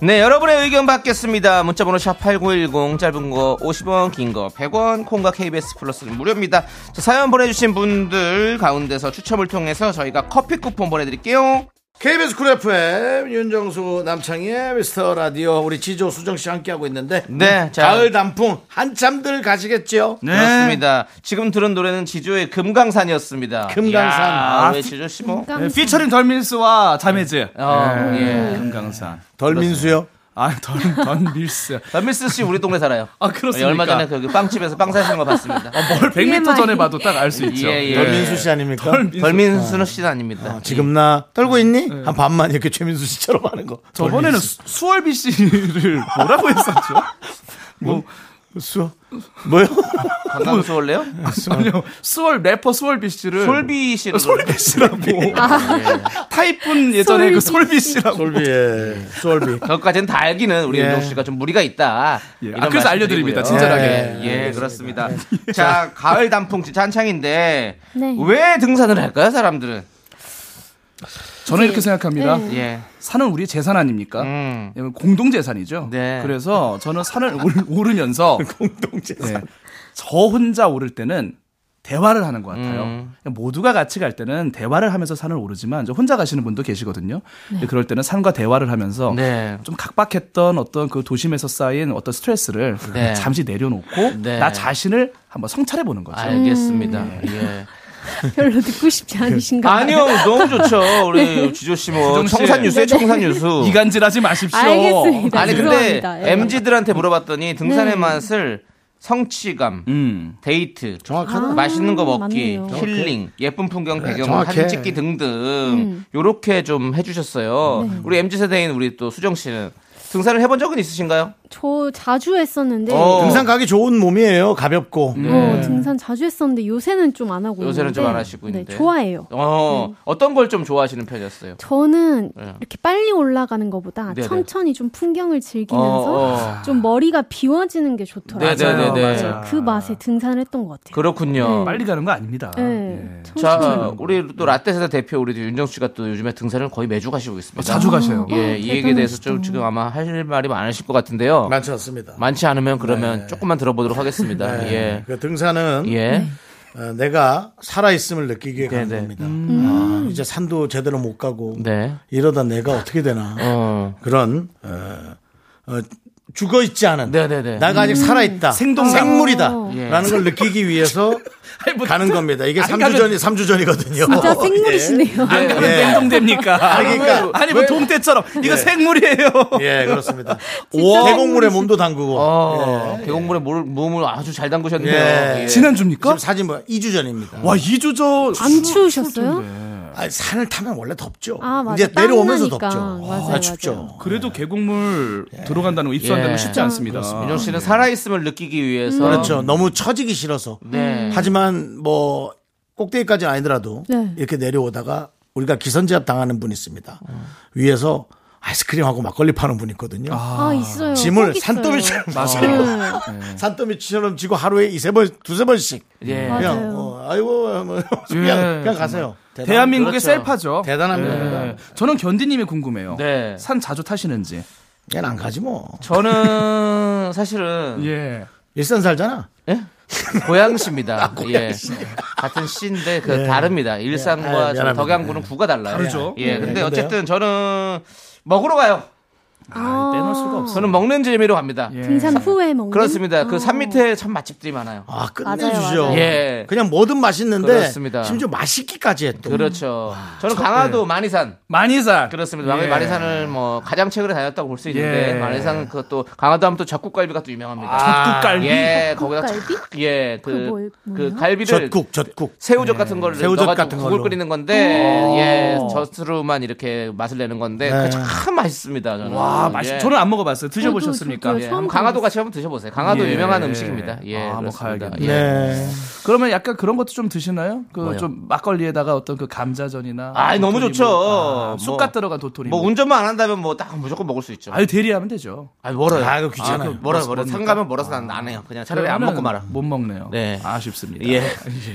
Speaker 2: 네, 여러분의 의견 받겠습니다. 문자번호 샵8910, 짧은 거 50원, 긴 거 100원, 콩과 KBS 플러스는 무료입니다. 자, 사연 보내주신 분들 가운데서 추첨을 통해서 저희가 커피 쿠폰 보내드릴게요.
Speaker 1: KBS 쿨 FM 윤정수 남창희의 미스터 라디오 우리 지조 수정 씨 함께 하고 있는데
Speaker 2: 네, 자.
Speaker 1: 가을 단풍 한참들 가시겠죠.
Speaker 2: 그렇습니다. 지금 들은 노래는 지조의 금강산이었습니다.
Speaker 1: 금강산.
Speaker 2: 아, 왜 지조 씨 뭐?
Speaker 8: 건강-
Speaker 6: 네, 피처링 덜밀스와 자매즈.
Speaker 2: 어, 예.
Speaker 6: 금강산.
Speaker 1: 덜민수요.
Speaker 6: 아, 덜, 덜밀스.
Speaker 2: 덤밀스 씨 우리 동네 살아요. 어,
Speaker 6: 아, 그렇습니까? 아,
Speaker 2: 얼마 전에 그 빵집에서 빵 사시는 거 봤습니다.
Speaker 6: 뭘 100m 전에 봐도 딱 알 수
Speaker 2: 예,
Speaker 6: 있죠.
Speaker 1: 네.
Speaker 2: 예.
Speaker 1: 덜민수 씨 아닙니까?
Speaker 2: 덜민수 씨는 아닙니다.
Speaker 1: 지금 나 떨고 있니? 한 반만 이렇게 최민수 씨처럼 하는 거.
Speaker 6: 저번에는 수, 수월비 씨를 뭐라고 했었죠? 뭐
Speaker 1: 수 뭐요?
Speaker 2: 강강수 올래요? 어.
Speaker 6: 아니요 수월 래퍼 수월비 씨를 아,
Speaker 2: 솔비 씨로.
Speaker 6: 솔비 씨라고
Speaker 2: 예.
Speaker 6: 타이푼 예전에 그 솔비 씨라고
Speaker 1: 솔비에 솔비.
Speaker 2: 저까지는 다 알기는 우리
Speaker 1: 예.
Speaker 2: 윤종 씨가 좀 무리가 있다.
Speaker 6: 예.
Speaker 2: 이런
Speaker 6: 아, 그래서
Speaker 2: 말씀드리고요.
Speaker 6: 알려드립니다, 친절하게.
Speaker 2: 예, 예, 그렇습니다. 자, 가을 단풍 진짜 한창인데
Speaker 8: 네.
Speaker 2: 왜 등산을 할까요, 사람들은?
Speaker 6: 저는 이렇게 생각합니다.
Speaker 2: 예,
Speaker 6: 산은 우리의 재산 아닙니까?
Speaker 2: 음.
Speaker 6: 예, 공동 재산이죠.
Speaker 2: 네.
Speaker 6: 그래서 저는 산을 오르- 오르면서
Speaker 1: 공동 재산.
Speaker 6: 네. 저 혼자 오를 때는 대화를 하는 것 같아요.
Speaker 2: 음.
Speaker 6: 모두가 같이 갈 때는 대화를 하면서 산을 오르지만 저 혼자 가시는 분도 계시거든요.
Speaker 8: 네.
Speaker 6: 그럴 때는 산과 대화를 하면서
Speaker 2: 네.
Speaker 6: 좀 각박했던 어떤 그 도심에서 쌓인 어떤 스트레스를
Speaker 2: 네.
Speaker 6: 잠시 내려놓고
Speaker 2: 네.
Speaker 6: 나 자신을 한번 성찰해 보는 거죠.
Speaker 2: 알겠습니다. 예.
Speaker 8: 별로 듣고 싶지 않으신가요?
Speaker 2: 아니요, 너무 좋죠. 우리 지조 씨 뭐
Speaker 6: 네. 지종 씨.
Speaker 2: 청산유수에 청산유수.
Speaker 6: 이간질하지 마십시오.
Speaker 8: 알겠습니다.
Speaker 2: 아니 근데
Speaker 8: 죄송합니다. 예. 네.
Speaker 2: MZ들한테 물어봤더니 등산의 맛을 성취감,
Speaker 6: 음.
Speaker 2: 데이트,
Speaker 1: 정확하다. 네,
Speaker 2: 맛있는 거 먹기,
Speaker 8: 아, 맞네요.
Speaker 2: 힐링, 예쁜 풍경 배경,
Speaker 1: 정확해.
Speaker 2: 사진 찍기
Speaker 8: 음.
Speaker 2: 등등 요렇게 좀 해주셨어요.
Speaker 8: 네.
Speaker 2: 우리 MZ 세대인 우리 또 수정 씨는 등산을 해본 적은 있으신가요?
Speaker 8: 저 자주 했었는데
Speaker 2: 어.
Speaker 1: 등산 가기 좋은 몸이에요. 가볍고.
Speaker 8: 어, 등산 자주 했었는데 요새는 좀 안 하고
Speaker 2: 네. 요새는
Speaker 8: 있는데,
Speaker 2: 좀안 하시고
Speaker 8: 네,
Speaker 2: 있는데.
Speaker 8: 좋아해요.
Speaker 2: 어
Speaker 8: 음.
Speaker 2: 어떤 걸 좀 좋아하시는 편이었어요?
Speaker 8: 저는
Speaker 2: 네.
Speaker 8: 이렇게 빨리 올라가는 것보다
Speaker 2: 네네.
Speaker 8: 천천히 좀 풍경을 즐기면서
Speaker 2: 어, 어.
Speaker 8: 좀 머리가 비워지는 게 좋더라고요.
Speaker 2: 네네네네.
Speaker 8: 맞아요. 그 맛에 등산을 했던 것 같아요.
Speaker 2: 그렇군요.
Speaker 6: 빨리 가는 거 아닙니다.
Speaker 8: 네, 천천히.
Speaker 2: 자 우리 또 라떼 세대 대표 우리 윤정 씨가 또 요즘에 등산을 거의 매주 가시고
Speaker 1: 어,
Speaker 2: 있습니다.
Speaker 6: 자주 가셔요.
Speaker 2: 예, 이 얘기에 대해서 좀 지금 아마 할 말이 많으실 것 같은데요.
Speaker 1: 많지 않습니다.
Speaker 2: 많지 않으면 그러면 조금만 들어보도록 하겠습니다. 예.
Speaker 1: 그 등산은
Speaker 2: 예.
Speaker 1: 어, 내가 살아있음을 느끼기 위해 가는
Speaker 2: 네, 네.
Speaker 1: 겁니다. 아, 이제 산도 제대로 못 가고
Speaker 2: 네.
Speaker 1: 이러다 내가 어떻게 되나
Speaker 2: 어.
Speaker 1: 그런 어, 어, 죽어 있지 않은
Speaker 2: 네, 네, 네.
Speaker 1: 내가 아직 살아 있다
Speaker 6: 생동감.
Speaker 2: 예.
Speaker 1: 생물이다라는 걸 느끼기 위해서 가는 겁니다. 이게 삼 주 전이 삼주 전이거든요.
Speaker 2: 어,
Speaker 8: 진짜 생물이시네요.
Speaker 6: 안 가면
Speaker 1: 예.
Speaker 6: 땡동됩니까?
Speaker 1: 그러니까.
Speaker 6: 아니 뭐 동태처럼 이거 생물이에요.
Speaker 1: 예, 예, 그렇습니다. 대공물에 몸도 담그고
Speaker 2: 어, 계곡물에 물, 몸을 아주 잘 담그셨네요.
Speaker 1: 예.
Speaker 2: 예.
Speaker 6: 지난주입니까?
Speaker 1: 지금 사진 뭐야? 2주 전입니다.
Speaker 6: 와 2주 전
Speaker 8: 안 추우셨어요?
Speaker 1: 아니, 산을 타면 원래 덥죠.
Speaker 8: 아, 맞아.
Speaker 1: 이제 내려오면서
Speaker 8: 땀 나니까.
Speaker 1: 덥죠.
Speaker 8: 맞아요,
Speaker 1: 아,
Speaker 8: 맞아요.
Speaker 1: 춥죠.
Speaker 6: 그래도 계곡물 들어간다는 거 입수한다는
Speaker 2: 예.
Speaker 6: 거 쉽지 않습니다.
Speaker 2: 윤정 씨는 살아있음을 느끼기 위해서.
Speaker 1: 그렇죠. 너무 처지기 싫어서.
Speaker 2: 네.
Speaker 1: 하지만 뭐 꼭대기까지는 아니더라도
Speaker 8: 네.
Speaker 1: 이렇게 내려오다가 우리가 기선제압 당하는 분이 있습니다. 위에서 아이스크림하고 막걸리 파는 분이 있거든요.
Speaker 8: 아, 있어요.
Speaker 1: 짐을
Speaker 8: 꼭 있어요.
Speaker 1: 산더미처럼
Speaker 8: 네.
Speaker 1: 산더미처럼 지고 하루에 이세 번, 두세 번씩
Speaker 2: 예.
Speaker 8: 맞아요.
Speaker 1: 그냥 어, 아이고 뭐, 그냥, 그냥 가세요.
Speaker 6: 대한민국의
Speaker 2: 그렇죠.
Speaker 6: 셀파죠.
Speaker 2: 예.
Speaker 1: 대단합니다.
Speaker 6: 네. 저는 견디님이 궁금해요.
Speaker 2: 네.
Speaker 6: 산 자주 타시는지.
Speaker 1: 그냥 안 가지 뭐.
Speaker 2: 저는 사실은 예?
Speaker 6: 예.
Speaker 1: 일산 살잖아.
Speaker 2: 고양시입니다. 예. 같은 시인데 그 다릅니다.
Speaker 1: 아,
Speaker 2: 일산과 저
Speaker 1: 미안합니다.
Speaker 2: 덕양구는 구가 달라요.
Speaker 6: 다르죠.
Speaker 2: 예. 근데
Speaker 1: 근데요?
Speaker 2: 어쨌든 저는 먹으러 가요.
Speaker 8: 아,
Speaker 6: 빼놓을 수가 없어.
Speaker 2: 저는 먹는 재미로 갑니다.
Speaker 8: 등산 후에 먹는
Speaker 2: 그렇습니다. 그
Speaker 8: 어.
Speaker 2: 산 밑에 참 맛집들이 많아요.
Speaker 1: 아 끝내주죠.
Speaker 8: 맞아요.
Speaker 2: 예.
Speaker 1: 그냥 뭐든 맛있는데
Speaker 2: 그렇습니다.
Speaker 1: 심지어 맛있기까지 했고
Speaker 2: 그렇죠. 저는 강화도 많이산
Speaker 6: 많이살.
Speaker 2: 그렇습니다.
Speaker 6: 예.
Speaker 2: 마리산을 뭐 가장 최근에 다녔다고 볼 수 있는데
Speaker 6: 예.
Speaker 2: 마리산 그것도 강화도 하면 또 젖국갈비가 또 유명합니다.
Speaker 6: 젖국갈비?
Speaker 2: 예, 거기다
Speaker 8: 젖국갈비? 그
Speaker 2: 예그
Speaker 8: 뭘-
Speaker 2: 그
Speaker 8: 뭐예요?
Speaker 2: 갈비를
Speaker 1: 젖국 젖국.
Speaker 2: 새우젓 같은 거를
Speaker 1: 새우젓
Speaker 2: 넣어가지고
Speaker 1: 같은
Speaker 2: 국을
Speaker 1: 걸로.
Speaker 2: 끓이는 건데 예 젖으로만 이렇게 맛을 내는 건데 그게 참 맛있습니다 저는.
Speaker 6: 아, 맛있. 저는 안 먹어봤어요. 드셔보셨습니까?
Speaker 8: 저도, 저도요.
Speaker 2: 예,
Speaker 8: 처음
Speaker 2: 한번 강화도
Speaker 8: 들어봤어요.
Speaker 2: 같이 한번 드셔보세요. 강화도
Speaker 6: 예.
Speaker 2: 유명한 음식입니다. 예,
Speaker 6: 아, 한번
Speaker 2: 그렇습니다.
Speaker 6: 가야겠네요.
Speaker 2: 예.
Speaker 1: 네.
Speaker 6: 그러면 약간 그런 것도 좀 드시나요? 그
Speaker 2: 뭐요?
Speaker 6: 좀 막걸리에다가 어떤 그 감자전이나.
Speaker 2: 아이, 너무
Speaker 6: 도토리묵.
Speaker 2: 좋죠. 뭐.
Speaker 6: 쑥갓 들어간 도토리.
Speaker 2: 뭐 운전만 안 한다면 뭐 딱 무조건 먹을 수 있죠.
Speaker 6: 아유 대리하면 되죠.
Speaker 2: 아니, 멀어요.
Speaker 1: 아, 이거 귀찮아요.
Speaker 2: 그 멀어요, 멀어요.
Speaker 6: 뭡니까?
Speaker 2: 상가면 멀어서 난 안 해요. 그냥 차라리 안 먹고 말아.
Speaker 6: 못 먹네요.
Speaker 2: 네.
Speaker 6: 아쉽습니다.
Speaker 2: 예.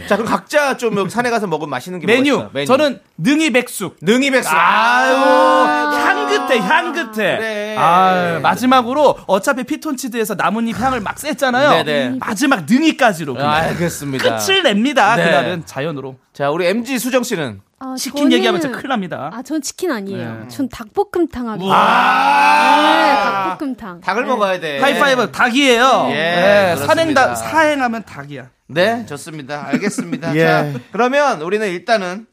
Speaker 2: 자, 그럼 각자 좀 여기 산에 가서 먹은 맛있는 게
Speaker 6: 메뉴.
Speaker 2: 뭐가 있어요? 메뉴.
Speaker 6: 저는 능이 백숙.
Speaker 2: 능이 백숙.
Speaker 6: 아유,
Speaker 2: 아유.
Speaker 6: 향 끝에, 향 끝에.
Speaker 2: 그래.
Speaker 6: 아유, 마지막으로 어차피 피톤치드에서 나뭇잎 향을 막 쐈잖아요.
Speaker 2: 네네.
Speaker 6: 마지막 능이까지로. 그냥
Speaker 2: 알겠습니다.
Speaker 6: 끝을 냅니다.
Speaker 2: 네.
Speaker 6: 그날은 자연으로.
Speaker 2: 자, 우리 MG 수정 씨는
Speaker 8: 아,
Speaker 6: 치킨 얘기하면 진짜 큰일 납니다.
Speaker 8: 아, 전 치킨 아니에요. 전 닭볶음탕 하고. 네, 닭볶음탕.
Speaker 2: 닭을 먹어야 돼.
Speaker 6: 하이파이브 닭이에요.
Speaker 2: 네. 예,
Speaker 6: 네, 산행
Speaker 2: 그렇습니다.
Speaker 6: 닭 사행하면 닭이야.
Speaker 2: 네, 좋습니다. 알겠습니다.
Speaker 1: 예.
Speaker 2: 자, 그러면 우리는 일단은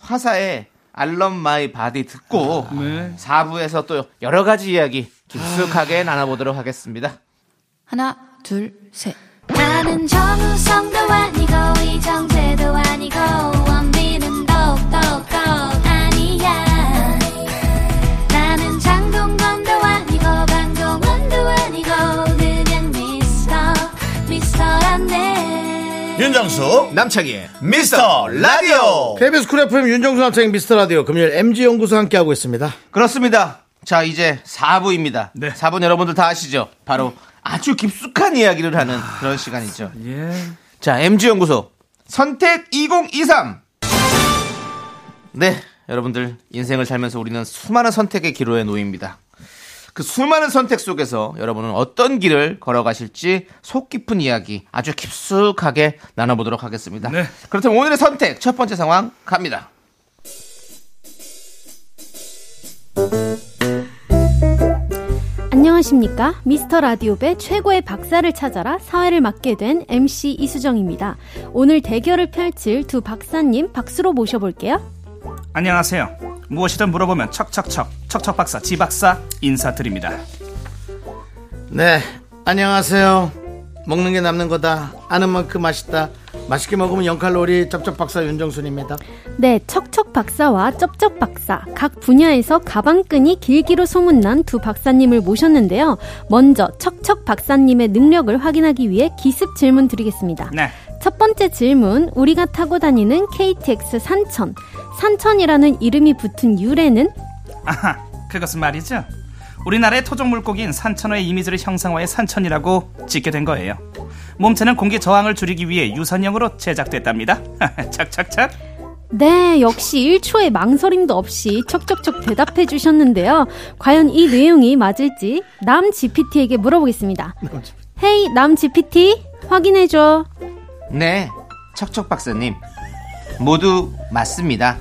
Speaker 2: 화사의 알럼 마이 바디 듣고
Speaker 6: 네.
Speaker 2: 4부에서 또 여러 가지 이야기 깊숙하게 나눠보도록 하겠습니다.
Speaker 9: 하나, 둘, 셋.
Speaker 3: 나는 정우성도 아니고 이정재도 아니고 원빈은 더욱더 아니야 나는 장동건도 아니고 방종원도 아니고 그냥 미스터 미스터란데
Speaker 7: 윤정수
Speaker 2: 남창희의
Speaker 7: 미스터 라디오
Speaker 1: KBS 쿨 FM 윤정수 남창 미스터 라디오 금요일 MG 연구소 함께 하고 있습니다.
Speaker 2: 그렇습니다. 자, 이제 4부입니다.
Speaker 6: 네.
Speaker 2: 4부는 여러분들 다 아시죠? 바로 아주 깊숙한 이야기를 하는 그런 시간이죠.
Speaker 6: 아, 예.
Speaker 2: 자, MG연구소. 선택 2023! 네, 여러분들, 인생을 살면서 우리는 수많은 선택의 기로에 놓입니다. 그 수많은 선택 속에서 여러분은 어떤 길을 걸어가실지 속 깊은 이야기 아주 깊숙하게 나눠보도록 하겠습니다.
Speaker 6: 네.
Speaker 2: 그렇다면 오늘의 선택 첫 번째 상황 갑니다.
Speaker 8: 안녕하십니까. 미스터 라디오배 최고의 박사를 찾아라 사회를 맡게 된 MC 이수정입니다. 오늘 대결을 펼칠 두 박사님 박수로 모셔볼게요.
Speaker 6: 안녕하세요. 무엇이든 물어보면 척척척 척척 박사 지 박사 인사드립니다.
Speaker 1: 네, 안녕하세요. 먹는 게 남는 거다. 아는 만큼 맛있다. 맛있게 먹으면 0칼로리 쩝쩝 박사 윤정순입니다.
Speaker 8: 네, 척척 박사와 쩝쩝 박사 각 분야에서 가방끈이 길기로 소문난 두 박사님을 모셨는데요. 먼저 척척 박사님의 능력을 확인하기 위해 기습 질문 드리겠습니다.
Speaker 6: 네.
Speaker 8: 첫 번째 질문, 우리가 타고 다니는 KTX 산천. 산천이라는 이름이 붙은 유래는?
Speaker 6: 아하, 그것은 말이죠. 우리나라의 토종 물고기인 산천어의 이미지를 형상화해 산천이라고 짓게 된 거예요. 몸체는 공기 저항을 줄이기 위해 유선형으로 제작됐답니다. 착착착.
Speaker 8: 네, 역시 1초의 망설임도 없이 척척척 대답해 주셨는데요. 과연 이 내용이 맞을지 남 GPT에게 물어보겠습니다. 헤이, 남 GPT, 확인해줘.
Speaker 2: 네, 척척 박사님. 모두 맞습니다.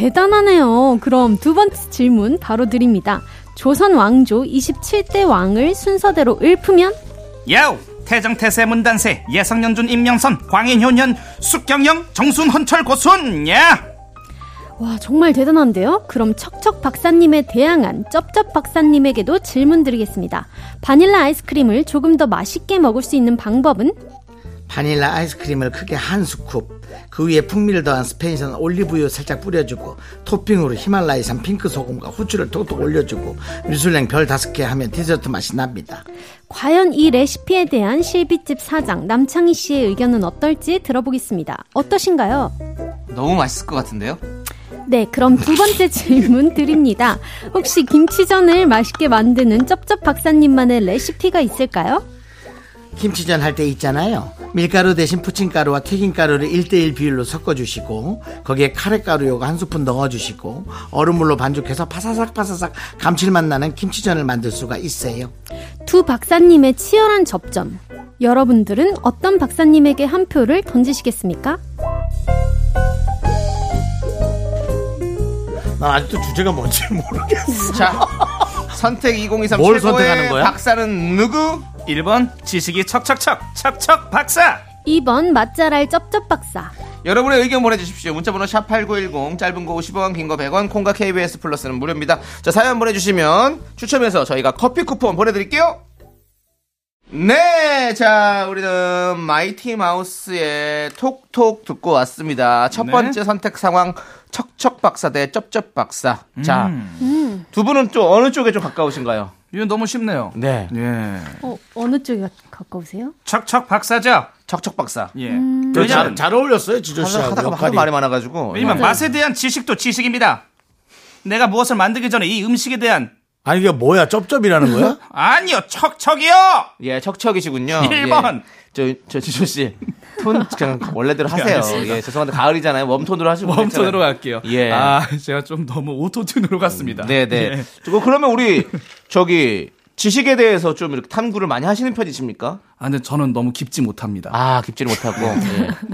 Speaker 8: 대단하네요. 그럼 두 번째 질문 바로 드립니다. 조선 왕조 27대 왕을 순서대로 읊으면
Speaker 6: 야우! 태정태세 문단세 예성연준 임명선 광인효년 숙경영 정순 헌철 고순 야!
Speaker 8: 와 정말 대단한데요. 그럼 척척 박사님에 대항한 쩝쩝 박사님에게도 질문 드리겠습니다. 바닐라 아이스크림을 조금 더 맛있게 먹을 수 있는 방법은
Speaker 1: 바닐라 아이스크림을 크게 한 스쿱, 그 위에 풍미를 더한 스페인산 올리브유 살짝 뿌려주고 토핑으로 히말라야산 핑크 소금과 후추를 톡톡 올려주고 미술랭 별 다섯 개 하면 디저트 맛이 납니다.
Speaker 8: 과연 이 레시피에 대한 실비집 사장 남창희 씨의 의견은 어떨지 들어보겠습니다. 어떠신가요?
Speaker 2: 너무 맛있을 것 같은데요?
Speaker 8: 네, 그럼 두 번째 질문 드립니다. 혹시 김치전을 맛있게 만드는 쩝쩝 박사님만의 레시피가 있을까요?
Speaker 1: 김치전 할 때 있잖아요. 밀가루 대신 푸침가루와 튀김가루를 1대1 비율로 섞어주시고 거기에 카레가루 요거 한 스푼 넣어주시고 얼음물로 반죽해서 파사삭 파사삭 감칠맛 나는 김치전을 만들 수가 있어요.
Speaker 8: 두 박사님의 치열한 접점. 여러분들은 어떤 박사님에게 한 표를 던지시겠습니까?
Speaker 1: 난 아직도 주제가 뭔지 모르겠어.
Speaker 2: 자, 선택 2023
Speaker 1: 뭘
Speaker 2: 최고의
Speaker 1: 선택하는 거야?
Speaker 2: 박사는 누구?
Speaker 6: 1번 지식이 척척척 척척 박사
Speaker 8: 2번 맛잘알 쩝쩝 박사.
Speaker 2: 여러분의 의견 보내주십시오. 문자번호 샵8910, 짧은 거 50원, 긴 거 100원, 콩과 KBS 플러스는 무료입니다. 자, 사연 보내주시면 추첨해서 저희가 커피 쿠폰 보내드릴게요. 네, 자, 우리는 마이티 마우스의 톡톡 듣고 왔습니다. 첫
Speaker 6: 네.
Speaker 1: 음.
Speaker 2: 번째 선택 상황, 척척 박사 대 쩝쩝 박사. 자, 두 분은 좀 어느 쪽에 좀 가까우신가요?
Speaker 6: 이거 너무 쉽네요.
Speaker 2: 네.
Speaker 6: 예.
Speaker 8: 어, 어느 쪽에 가까우세요?
Speaker 6: 척척 박사죠.
Speaker 2: 척척 박사.
Speaker 6: 예.
Speaker 1: 잘, 잘 어울렸어요, 지조 씨하고
Speaker 2: 하다가 하도
Speaker 1: 역할이.
Speaker 2: 말이 많아가지고.
Speaker 6: 왜냐면 맛에 대한 지식도 지식입니다. 내가 무엇을 만들기 전에 이 음식에 대한
Speaker 1: 아니 이게 뭐야? 쩝쩝이라는 거야?
Speaker 6: 아니요 척척이요.
Speaker 2: 예, 척척이시군요.
Speaker 6: 일 번.
Speaker 2: 예. 저, 저 지조 씨. 톤 그냥 원래대로 하세요. 예, 죄송한데 가을이잖아요. 웜톤으로 하시고.
Speaker 6: 웜톤으로 갈게요.
Speaker 2: 예.
Speaker 6: 아 제가 좀 너무 오토튠으로 갔습니다. 예.
Speaker 2: 네, 네. 그리고 그러면 우리 저기 지식에 대해서 좀 이렇게 탐구를 많이 하시는 편이십니까?
Speaker 6: 아 근데 저는 너무 깊지 못합니다. 예.
Speaker 2: 아, 깊지를 못하고.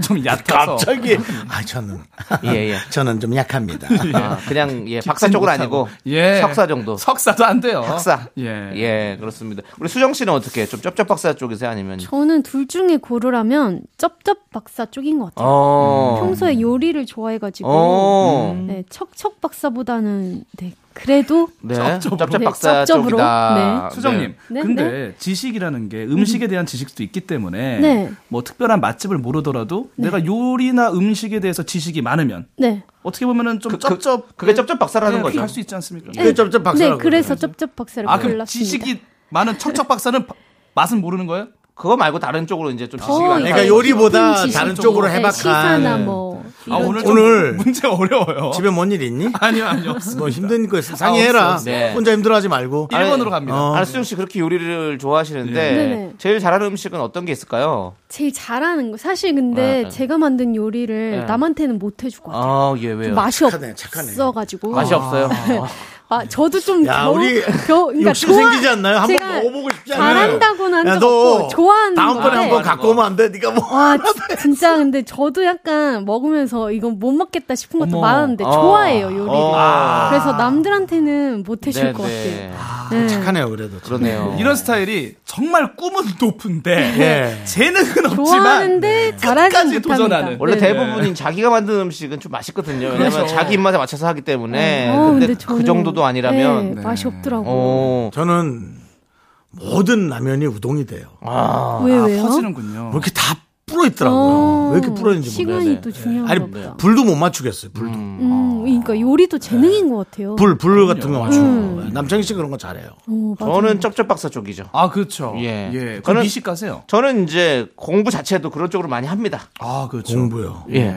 Speaker 6: 좀 얕아서.
Speaker 1: 갑자기. 아 저는
Speaker 2: 예, 예. 예.
Speaker 1: 저는 좀 약합니다.
Speaker 2: 아, 그냥 예, 박사 쪽은 아니고
Speaker 6: 예.
Speaker 2: 석사 정도.
Speaker 6: 석사도 안 돼요.
Speaker 2: 박사.
Speaker 6: 예.
Speaker 2: 예, 그렇습니다. 우리 수정 씨는 어떻게 좀 쩝쩝 박사 쪽이세요 아니면
Speaker 8: 저는 둘 중에 고르라면 쩝쩝 박사 쪽인 것 같아요.
Speaker 2: 어.
Speaker 8: 평소에 요리를 좋아해가지고
Speaker 2: 어.
Speaker 8: 네, 척척 박사보다는 네, 그래도
Speaker 2: 네. 쩝쩝
Speaker 8: 네,
Speaker 2: 박사
Speaker 8: 쩝쩝으로.
Speaker 2: 쪽이다.
Speaker 6: 수정님,
Speaker 8: 네. 네,
Speaker 6: 근데 지식이라는 게 음식에 대한 지식도 있기 때문에
Speaker 8: 네.
Speaker 6: 뭐 특별한 맛집을 모르더라도 내가 요리나 음식에 대해서 지식이 많으면
Speaker 8: 네.
Speaker 6: 어떻게 보면은 좀 쩝쩝
Speaker 2: 그, 게 쩝쩝 박사라는 거죠.
Speaker 6: 할수 있지 않습니까?
Speaker 1: 그게 쩝쩝 박사라고.
Speaker 8: 네, 그래서 쩝쩝 박사를
Speaker 6: 아 그럼
Speaker 8: 골랐습니다.
Speaker 6: 지식이 많은 척척 박사는 바- 맛은 모르는 거예요?
Speaker 2: 그거 말고 다른 쪽으로 이제 좀
Speaker 8: 어,
Speaker 2: 지식이 많아요.
Speaker 1: 그러니까
Speaker 8: 이거
Speaker 1: 요리보다
Speaker 8: 깊은 지식
Speaker 1: 다른 쪽으로
Speaker 8: 네,
Speaker 1: 해박한.
Speaker 8: 시사나 뭐
Speaker 6: 아
Speaker 8: 이런
Speaker 6: 오늘
Speaker 8: 쪽.
Speaker 6: 좀
Speaker 1: 오늘
Speaker 6: 문제 어려워요.
Speaker 1: 집에 뭔 일 있니?
Speaker 6: 아니요 아니요.
Speaker 1: 뭐 힘든 거 있으면 상의해라.
Speaker 2: 없어, 네. 없어.
Speaker 1: 혼자 힘들어하지 말고.
Speaker 2: 아니,
Speaker 6: 1번으로 갑니다.
Speaker 1: 어.
Speaker 2: 아, 수정 씨 그렇게 요리를 좋아하시는데
Speaker 8: 네네.
Speaker 2: 제일 잘하는 음식은 어떤 게 있을까요?
Speaker 8: 제일 잘하는 거 사실 근데
Speaker 2: 네.
Speaker 8: 제가 만든 요리를
Speaker 2: 네.
Speaker 8: 남한테는 못 해줄 것 같아요.
Speaker 2: 아, 예, 왜요?
Speaker 8: 맛이
Speaker 1: 착하네, 착하네.
Speaker 8: 없어가지고
Speaker 2: 맛이 없어요.
Speaker 8: 아 저도 좀
Speaker 1: 야,
Speaker 8: 겨우
Speaker 1: 우리
Speaker 8: 겨우 그러니까
Speaker 1: 욕심
Speaker 8: 좋아-
Speaker 1: 생기지 않나요? 한번
Speaker 8: 제가
Speaker 1: 먹어보고 싶지 않아요?
Speaker 8: 잘한다고는 한
Speaker 1: 야,
Speaker 8: 적
Speaker 1: 너
Speaker 8: 없고 좋아하는
Speaker 1: 다음번에
Speaker 8: 건데.
Speaker 1: 한번 갖고 오면 안 돼? 네가 뭐.
Speaker 8: 와 지- 진짜 근데 저도 약간 먹으면서 이건 못 먹겠다 싶은 것도
Speaker 6: 어머.
Speaker 8: 많았는데
Speaker 2: 어.
Speaker 8: 좋아해요 요리를
Speaker 2: 어.
Speaker 8: 그래서 남들한테는 못 해줄
Speaker 2: 네,
Speaker 8: 것
Speaker 2: 네.
Speaker 8: 같아요
Speaker 1: 아, 착하네요, 그래도.
Speaker 2: 그러네요.
Speaker 6: 이런 스타일이 정말 꿈은 높은데
Speaker 1: 예.
Speaker 6: 재능은 없지만
Speaker 8: 좋아하는데
Speaker 1: 네.
Speaker 8: 잘하지
Speaker 6: 끝까지
Speaker 8: 못합니다
Speaker 6: 도전하는.
Speaker 2: 원래
Speaker 8: 네.
Speaker 2: 대부분인 자기가 만든 음식은 좀 맛있거든요. 왜냐면
Speaker 6: 그렇죠.
Speaker 2: 자기 입맛에 맞춰서 하기 때문에.
Speaker 8: 어,
Speaker 2: 근데, 그
Speaker 8: 저는-
Speaker 2: 정도도 아니라면.
Speaker 8: 네, 맛이 없더라고
Speaker 2: 어.
Speaker 1: 저는 모든 라면이 우동이 돼요.
Speaker 8: 왜
Speaker 6: 아,
Speaker 8: 왜요?
Speaker 6: 퍼지는군요.
Speaker 1: 왜뭐 이렇게 다 불어 있더라고요. 왜 이렇게 불어 있는지 모르겠어요.
Speaker 8: 시간이 또
Speaker 1: 아니,
Speaker 8: 중요한가 보다
Speaker 1: 불도 못 맞추겠어요, 불도.
Speaker 8: 음, 그러니까 요리도 재능인 것 같아요
Speaker 1: 불, 불 같은 거 맞추는 거. 남창희 씨 그런 거 잘해요.
Speaker 8: 오, 어,
Speaker 1: 어,
Speaker 8: 맞아요.
Speaker 2: 저는 쩝쩝 박사 쪽이죠.
Speaker 6: 아 그렇죠.
Speaker 2: 예.
Speaker 6: 예.
Speaker 2: 저는-
Speaker 6: 그럼 미식 가세요.
Speaker 2: 저는 이제 공부 자체도 그런 쪽으로 많이 합니다.
Speaker 6: 아 그렇죠.
Speaker 1: 공부요.
Speaker 2: 예.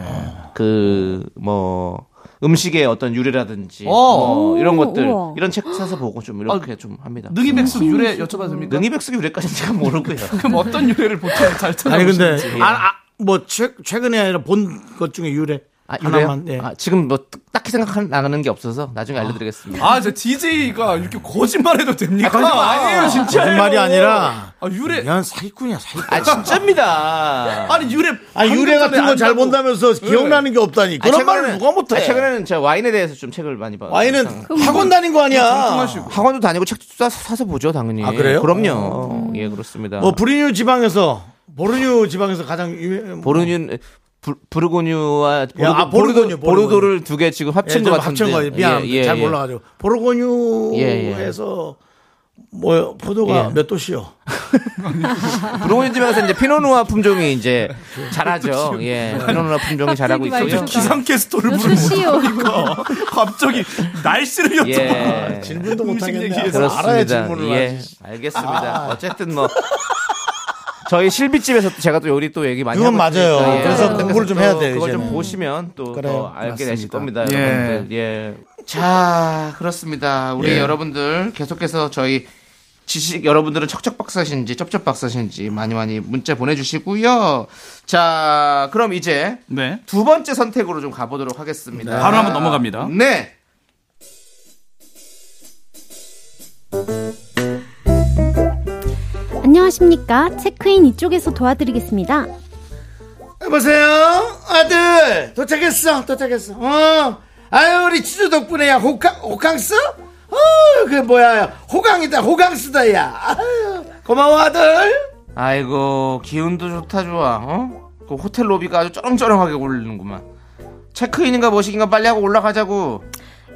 Speaker 2: 그, 뭐, 음식의 어떤 유래라든지,
Speaker 6: 어.
Speaker 2: 뭐 이런
Speaker 8: 오,
Speaker 2: 것들,
Speaker 8: 우와.
Speaker 2: 이런 책 사서 보고 좀
Speaker 1: 아,
Speaker 2: 이렇게 좀 합니다. 음.
Speaker 6: 능이백숙
Speaker 8: 음.
Speaker 6: 유래 여쭤봐도 됩니까?
Speaker 2: 능이백숙 유래까지는 제가 모르고요.
Speaker 6: 그럼 어떤 유래를 보통 잘
Speaker 1: 아니,
Speaker 6: 찾아보시는지.
Speaker 1: 근데, 아, 아, 뭐, 최, 최근에 아니라 본 것 중에 유래.
Speaker 2: 아, 유래요?
Speaker 1: 하나만, 예.
Speaker 2: 아, 지금 뭐 딱- 딱히 생각나는 게 없어서 나중에 알려드리겠습니다.
Speaker 6: 아, 저 DJ가 이렇게 거짓말해도 됩니까? 거짓말 아니에요, 진짜.
Speaker 1: 거짓말이 아니라,
Speaker 6: 아, 유래.
Speaker 1: 그냥 사기꾼이야, 사기꾼.
Speaker 2: 아, 진짜입니다.
Speaker 6: 아니, 유래.
Speaker 1: 아니, 유래 같은 거 잘 본다면서 기억나는 게 없다니. 그런 말을
Speaker 2: 최근에는-
Speaker 1: 누가 못해.
Speaker 2: 아니, 최근에는 제가 와인에 대해서 좀 책을 많이 봐요.
Speaker 1: 와인은 학원 다닌 거 아니야.
Speaker 2: 학원도 다니고 책도 사, 사서 보죠, 당연히.
Speaker 1: 아, 그래요?
Speaker 2: 그럼요. 어, 예, 그렇습니다.
Speaker 1: 뭐 브리뉴 지방에서 보르뉴 지방에서 가장 유명 뭐,
Speaker 2: 보르뉴 부- 부르고뉴와 보르도,
Speaker 1: 아, 보르고뉴, 보르고뉴.
Speaker 2: 보르도를 두 개 지금
Speaker 1: 예,
Speaker 2: 합친
Speaker 1: 좀
Speaker 2: 것 같은데.
Speaker 1: 합친 거예요. 미안,
Speaker 2: 예, 예,
Speaker 1: 잘
Speaker 2: 예.
Speaker 1: 몰라가지고 보르고뉴에서 뭐 포도가
Speaker 2: 예.
Speaker 1: 몇 도시요?
Speaker 2: 부르고뉴 집에서 이제 피노누아 품종이 이제
Speaker 1: 그렇죠.
Speaker 2: 잘하죠. 예, 피노누아 품종이 잘하고
Speaker 8: 갑자기
Speaker 2: 있고요.
Speaker 8: 말투가.
Speaker 6: 기상캐스터를
Speaker 8: 몇
Speaker 6: 부르는
Speaker 8: 시요?
Speaker 6: 거니까. 갑자기 날씨를 여쭤봐.
Speaker 2: 예.
Speaker 1: 질문도
Speaker 6: 음식
Speaker 1: 못하겠네.
Speaker 6: 얘기해서
Speaker 1: 알아야 질문을
Speaker 2: 예,
Speaker 1: 하지.
Speaker 2: 알겠습니다.
Speaker 1: 아.
Speaker 2: 어쨌든 뭐 저희 실비집에서 또 제가 또 요리 또 얘기 많이
Speaker 1: 그건
Speaker 2: 하고
Speaker 1: 맞아요.
Speaker 2: 있으니까, 예.
Speaker 1: 그래서 공부를 좀 해야 돼요,
Speaker 2: 그걸
Speaker 1: 이제는.
Speaker 2: 좀 보시면 또
Speaker 1: 그래요.
Speaker 2: 더 알게 되실
Speaker 6: 맞습니다.
Speaker 2: 겁니다, 여러분들. 예. 자, 그렇습니다. 우리
Speaker 1: 예.
Speaker 2: 여러분들 계속해서 저희 지식 여러분들은 척척 박사신지 쩝쩝 박사신지 많이 많이 문자 보내주시고요. 자, 그럼 이제
Speaker 6: 네.
Speaker 2: 두 번째 선택으로 좀 가보도록 하겠습니다.
Speaker 6: 바로 한번 넘어갑니다.
Speaker 2: 네.
Speaker 8: 안녕하십니까 체크인 이쪽에서 도와드리겠습니다
Speaker 1: 여보세요, 아들 도착했어, 도착했어. 어, 아유 우리 치즈 덕분에야 호캉 호캉스? 어, 그 뭐야, 호강이다, 호강스다야. 아유, 고마워 아들.
Speaker 2: 아이고 기운도 좋다 좋아 어? 그 호텔 로비가 아주 쩌렁쩌렁하게 울리는구만 체크인인가 뭐시인가 빨리 하고 올라가자고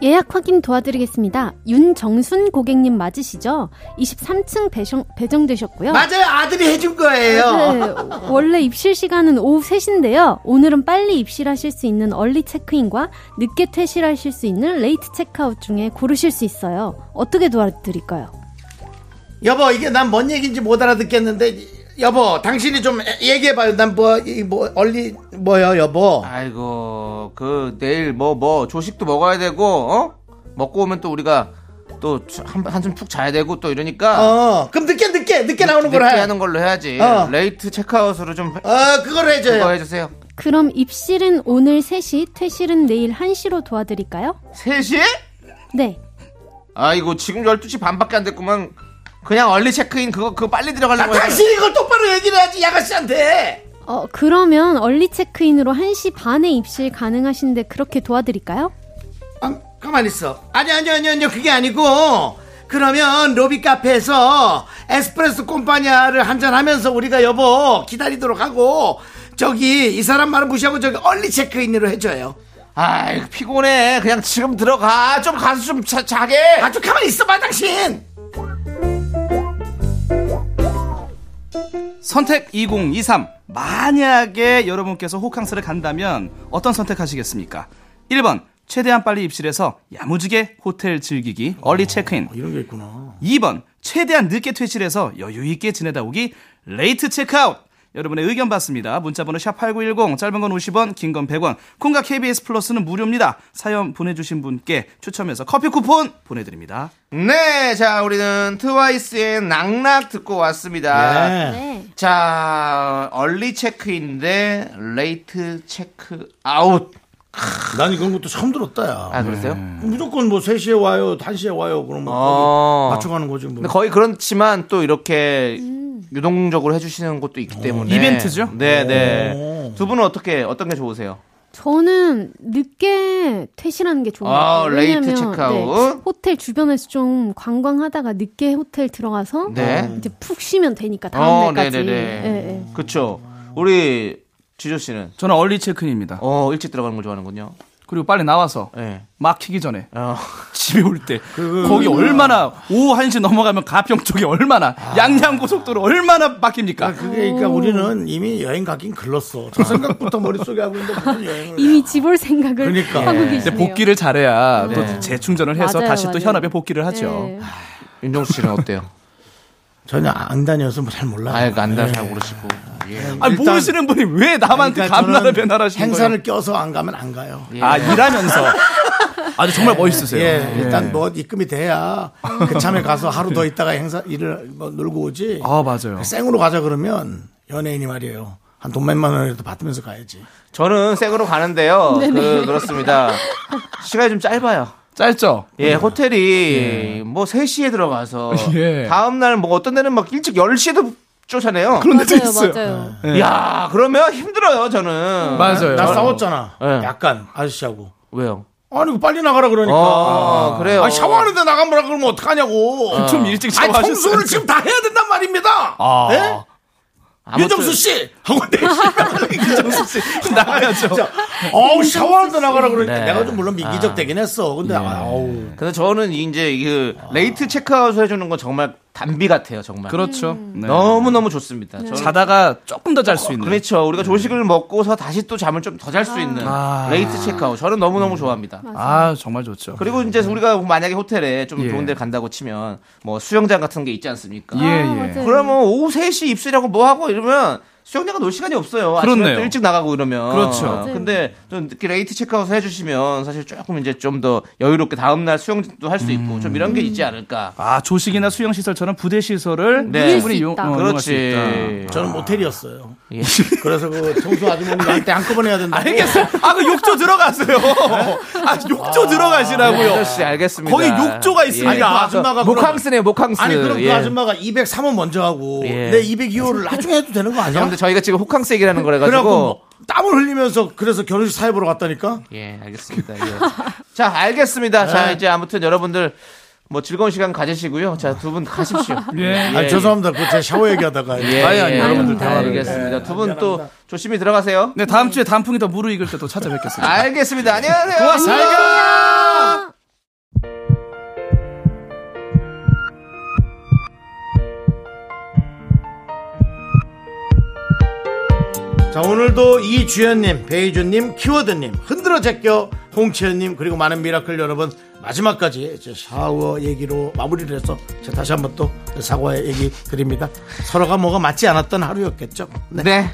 Speaker 8: 예약 확인 도와드리겠습니다. 윤정순 고객님 맞으시죠? 23층 배정, 배정되셨고요.
Speaker 10: 맞아요. 아들이 해준 거예요.
Speaker 8: 네, 원래 입실 시간은 오후 3시인데요. 오늘은 빨리 입실하실 수 있는 얼리 체크인과 늦게 퇴실하실 수 있는 레이트 체크아웃 중에 고르실 수 있어요. 어떻게 도와드릴까요?
Speaker 1: 여보 이게 난 뭔 얘기인지 못 알아듣겠는데 여보 당신이 좀 에- 얘기해봐요 난뭐 뭐, 얼리 뭐요 여보
Speaker 2: 아이고 그 내일 뭐 뭐 조식도 먹어야 되고 어 먹고 오면 또 우리가 또 한- 한숨 푹 자야 되고 또 이러니까
Speaker 1: 어 그럼 늦게 늦게 늦게 나오는
Speaker 2: 늦게
Speaker 1: 걸 해.
Speaker 2: 하는 걸로 해야지
Speaker 1: 어.
Speaker 2: 레이트 체크아웃으로 좀
Speaker 1: 어, 그걸 해줘요.
Speaker 2: 그거 해주세요
Speaker 8: 그럼 입실은 오늘 3시, 퇴실은 내일 1시로 도와드릴까요?
Speaker 2: 3시?
Speaker 8: 네.
Speaker 2: 아이고 지금 12시 반밖에 안 됐구만 그냥 얼리 체크인 그거 그거 빨리 들어가려고 해서-
Speaker 1: 당신이 이걸 똑바로 얘기를 해야지 야가씨한테
Speaker 8: 어, 그러면 얼리 체크인으로 1시 반에 입실 가능하신데 그렇게 도와드릴까요?
Speaker 1: 가만 있어 아니 아니 아니 아니 그게 아니고 그러면 로비 카페에서 에스프레소 콤파니아를 한잔 하면서 우리가 여보 기다리도록 하고 저기 이 사람 말은 무시하고 저기 얼리 체크인으로 해줘요
Speaker 2: 아이 피곤해 그냥 지금 들어가 좀 가서 좀 자, 자게
Speaker 1: 아주 가만 있어봐 당신
Speaker 6: 선택 2023. 만약에 여러분께서 호캉스를 간다면 어떤 선택하시겠습니까? 1번, 최대한 빨리 입실해서 야무지게 호텔 즐기기, 얼리 체크인.
Speaker 1: 이런 게 있구나.
Speaker 6: 2번, 최대한 늦게 퇴실해서 여유있게 지내다 오기, 레이트 체크아웃. 여러분의 의견 받습니다. 문자번호 샵8910, 짧은 건 50원, 긴 건 100원, 콩과 KBS 플러스는 무료입니다. 사연 보내주신 분께 추첨해서 커피 쿠폰 보내드립니다.
Speaker 2: 네, 자 우리는 트와이스의 낙낙 듣고
Speaker 1: 예.
Speaker 2: 왔습니다.
Speaker 6: 네.
Speaker 2: 자 얼리 체크인데 레이트 체크 아웃.
Speaker 1: 난 이건 것도 처음 들었다, 야.
Speaker 6: 네.
Speaker 2: 아, 그랬어요?
Speaker 1: 무조건 뭐 3시에 와요, 1시에 와요, 그러면
Speaker 2: 어.
Speaker 1: 거기 맞춰가는 거지 뭐.
Speaker 2: 근데 거의 그렇지만 또 이렇게
Speaker 8: 음.
Speaker 2: 유동적으로 해주시는 것도 있기 때문에
Speaker 6: 어. 이벤트죠?
Speaker 2: 네, 네. 두 분은 어떻게 어떤 게 좋으세요?
Speaker 8: 저는 늦게 퇴실하는 게 좋아요.
Speaker 2: 아, 레이트
Speaker 8: 왜냐면,
Speaker 2: 체크아웃.
Speaker 8: 네, 호텔 주변에서 좀 관광하다가 늦게 호텔 들어가서
Speaker 2: 네.
Speaker 8: 이제 푹 쉬면 되니까 어, 다음
Speaker 2: 네,
Speaker 8: 날까지. 예, 예.
Speaker 2: 네, 네. 그렇죠. 우리 지조 씨는
Speaker 6: 저는 얼리 체크인입니다.
Speaker 2: 어 일찍 들어가는 걸 좋아하는군요.
Speaker 6: 그리고 빨리 나와서
Speaker 2: 네.
Speaker 6: 막히기 전에
Speaker 2: 어.
Speaker 6: 집에 올 때
Speaker 1: 그
Speaker 6: 거기 얼마나 오후 1시 넘어가면 가평 쪽이 얼마나 양양 고속도로 얼마나 막힙니까?
Speaker 1: 아. 그게 그러니까 우리는 이미 여행 가긴 글렀어. 저 생각부터 머릿속에 하고 있는데 무슨 여행을.
Speaker 8: 이미 집 올 생각을
Speaker 1: 그러니까.
Speaker 8: 하고
Speaker 1: 네.
Speaker 6: 근데
Speaker 8: 계시네요.
Speaker 6: 복귀를 잘해야
Speaker 2: 네.
Speaker 6: 또 재충전을 해서
Speaker 8: 맞아요,
Speaker 6: 다시 또
Speaker 8: 맞아요.
Speaker 6: 현업에 복귀를 하죠.
Speaker 8: 네.
Speaker 2: 윤정수 씨는 어때요?
Speaker 1: 전혀 안 다녀서 뭐잘 몰라.
Speaker 2: 아예 안다 잘 모르시고. 예.
Speaker 6: 아니
Speaker 1: 일단-
Speaker 6: 모르시는 분이 왜 남한테
Speaker 1: 그러니까 저는
Speaker 6: 감나라 변화하시는
Speaker 1: 행사를 껴서 안 가면 안 가요.
Speaker 6: 거예요? 아 일하면서 아주 정말 멋있으세요.
Speaker 1: 예, 일단
Speaker 6: 예.
Speaker 1: 뭐 입금이 돼야 그참에 가서 하루 더 있다가 행사 일을 뭐 놀고 오지. 그
Speaker 6: 아 맞아요.
Speaker 1: 생으로 가자 그러면 연예인이 말이에요. 한 돈 몇만 원이라도 받으면서 가야지.
Speaker 2: 저는 생으로 가는데요. 그, 그렇습니다. 시간이 좀 짧아요.
Speaker 6: 짧죠.
Speaker 2: 예, 호텔이 뭐 3시에 들어가서
Speaker 6: 네. 예.
Speaker 2: 다음날 뭐 어떤 데는 막 일찍 10시에도 쫓아내요.
Speaker 6: 그런 데도
Speaker 8: 맞아요,
Speaker 6: 있어요.
Speaker 8: 맞아요.
Speaker 2: 야 그러면 힘들어요, 저는.
Speaker 6: 네. 맞아요.
Speaker 1: 나 싸웠잖아.
Speaker 2: 예.
Speaker 1: 약간 아저씨하고.
Speaker 2: 왜요?
Speaker 1: 아니 빨리 나가라 그러니까.
Speaker 2: 아, 그래요.
Speaker 1: 아니, 샤워하는데 나가 뭐라 그러면 어떡하냐고.
Speaker 6: 좀 일찍
Speaker 1: 아니
Speaker 6: 샤워하셨어요.
Speaker 1: 청소를 지금 다 해야 된단 말입니다.
Speaker 6: 아.
Speaker 1: 예?
Speaker 2: 아무튼- 어, 네.
Speaker 1: 윤정수 씨 하고 내
Speaker 6: 정수 씨 나가야죠.
Speaker 1: 어우 샤워하는데 나가라 그러니까
Speaker 2: 네. 예.
Speaker 1: 내가 좀 물론 미기적 되긴 했어. 근데 아우
Speaker 2: 근데 저는 이제 그 레이트 체크아웃 해주는 건 정말 담비 같아요, 정말.
Speaker 6: 그렇죠.
Speaker 8: 음.
Speaker 6: 네.
Speaker 2: 너무너무 좋습니다. 저는
Speaker 6: 자다가 조금 더 잘
Speaker 1: 어,
Speaker 6: 수 있는. 네.
Speaker 2: 그렇죠. 우리가 조식을 먹고서 다시 또 잠을 좀 더 잘 수 있는
Speaker 6: 아. 음.
Speaker 2: 레이트 체크아웃. 저는 너무너무 좋아합니다.
Speaker 6: 아 정말 좋죠.
Speaker 2: 그리고 이제 우리가 만약에 호텔에 좀
Speaker 6: 예.
Speaker 2: 좋은 데 간다고 치면 뭐 수영장 같은 게 있지 않습니까?
Speaker 6: 예
Speaker 8: 아,
Speaker 6: 예.
Speaker 8: 맞아요.
Speaker 2: 그러면 오후 3시 입술하고 뭐 하고 이러면 수영장 가놀 시간이 없어요. 아침에
Speaker 6: 그렇네요.
Speaker 2: 또 일찍 나가고 이러면. 어,
Speaker 6: 그렇죠.
Speaker 8: 맞아요.
Speaker 2: 근데 좀 이렇게 레이트 체크아웃 해주시면 사실 조금 이제 좀 더 여유롭게 다음날 수영도 할 수 있고 좀 이런 게 있지 않을까.
Speaker 6: 아 조식이나 수영 시설처럼 부대 시설을
Speaker 2: 네.
Speaker 6: 충분히
Speaker 8: 누릴 수
Speaker 6: 이용,
Speaker 8: 있다.
Speaker 6: 어, 이용할 수
Speaker 2: 그렇지.
Speaker 6: 있다.
Speaker 1: 저는 모텔이었어요.
Speaker 2: 예.
Speaker 1: 그래서 그 청소 아주머니한테 한꺼번에 해야 된다.
Speaker 6: 알겠어요. 아 그 욕조 들어가세요. 아 욕조 들어가시라고요.
Speaker 2: 아저씨 알겠습니다.
Speaker 6: 거기 욕조가 있습니다.
Speaker 1: 아니, 그 아줌마가 그럼-
Speaker 2: 목항스네 목항스.
Speaker 1: 아니 그럼
Speaker 2: 예.
Speaker 1: 그 아줌마가 203원 먼저 하고
Speaker 2: 예.
Speaker 1: 내 202호를 나중에 해도 되는 거 아니야?
Speaker 2: 근데 저희가 지금 호캉스 얘기라는 거라가지고.
Speaker 1: 그래갖고 뭐 땀을 흘리면서 그래서 결혼식 사회 보러 갔다니까.
Speaker 2: 예, 알겠습니다. 예. 자, 알겠습니다. 자, 이제 아무튼 여러분들 뭐 즐거운 시간 가지시고요. 자, 두 분 가십시오.
Speaker 6: 예.
Speaker 1: 아 죄송합니다. 그제 샤워 얘기하다가.
Speaker 2: 예,
Speaker 6: 아니, 아니,
Speaker 2: 예,
Speaker 6: 여러분들
Speaker 2: 예, 알겠습니다. 두 분 또 조심히 들어가세요.
Speaker 6: 네 다음 주에 단풍이 더 무르익을 때 또 찾아뵙겠습니다.
Speaker 2: 알겠습니다. 안녕하세요.
Speaker 6: 고맙습니다.
Speaker 2: 안녕.
Speaker 1: 자, 오늘도 이주연님, 배희준님, 키워드님, 흔들어 제껴, 홍채연님, 그리고 많은 미라클 여러분, 마지막까지 이제 샤워 얘기로 마무리를 해서 제가 다시 한번 또 사과의 얘기 드립니다. 서로가 뭐가 맞지 않았던 하루였겠죠.
Speaker 2: 네.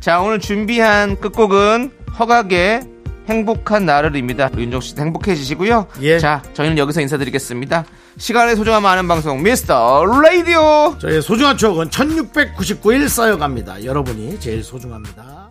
Speaker 2: 자, 오늘 준비한 끝곡은 허각의 행복한 나를입니다. 윤종 씨 행복해지시고요. 자, 저희는 여기서 인사드리겠습니다. 시간의 소중함 아는 방송 미스터 라디오.
Speaker 1: 저의 소중한 추억은 1699일 쌓여갑니다. 여러분이 제일 소중합니다.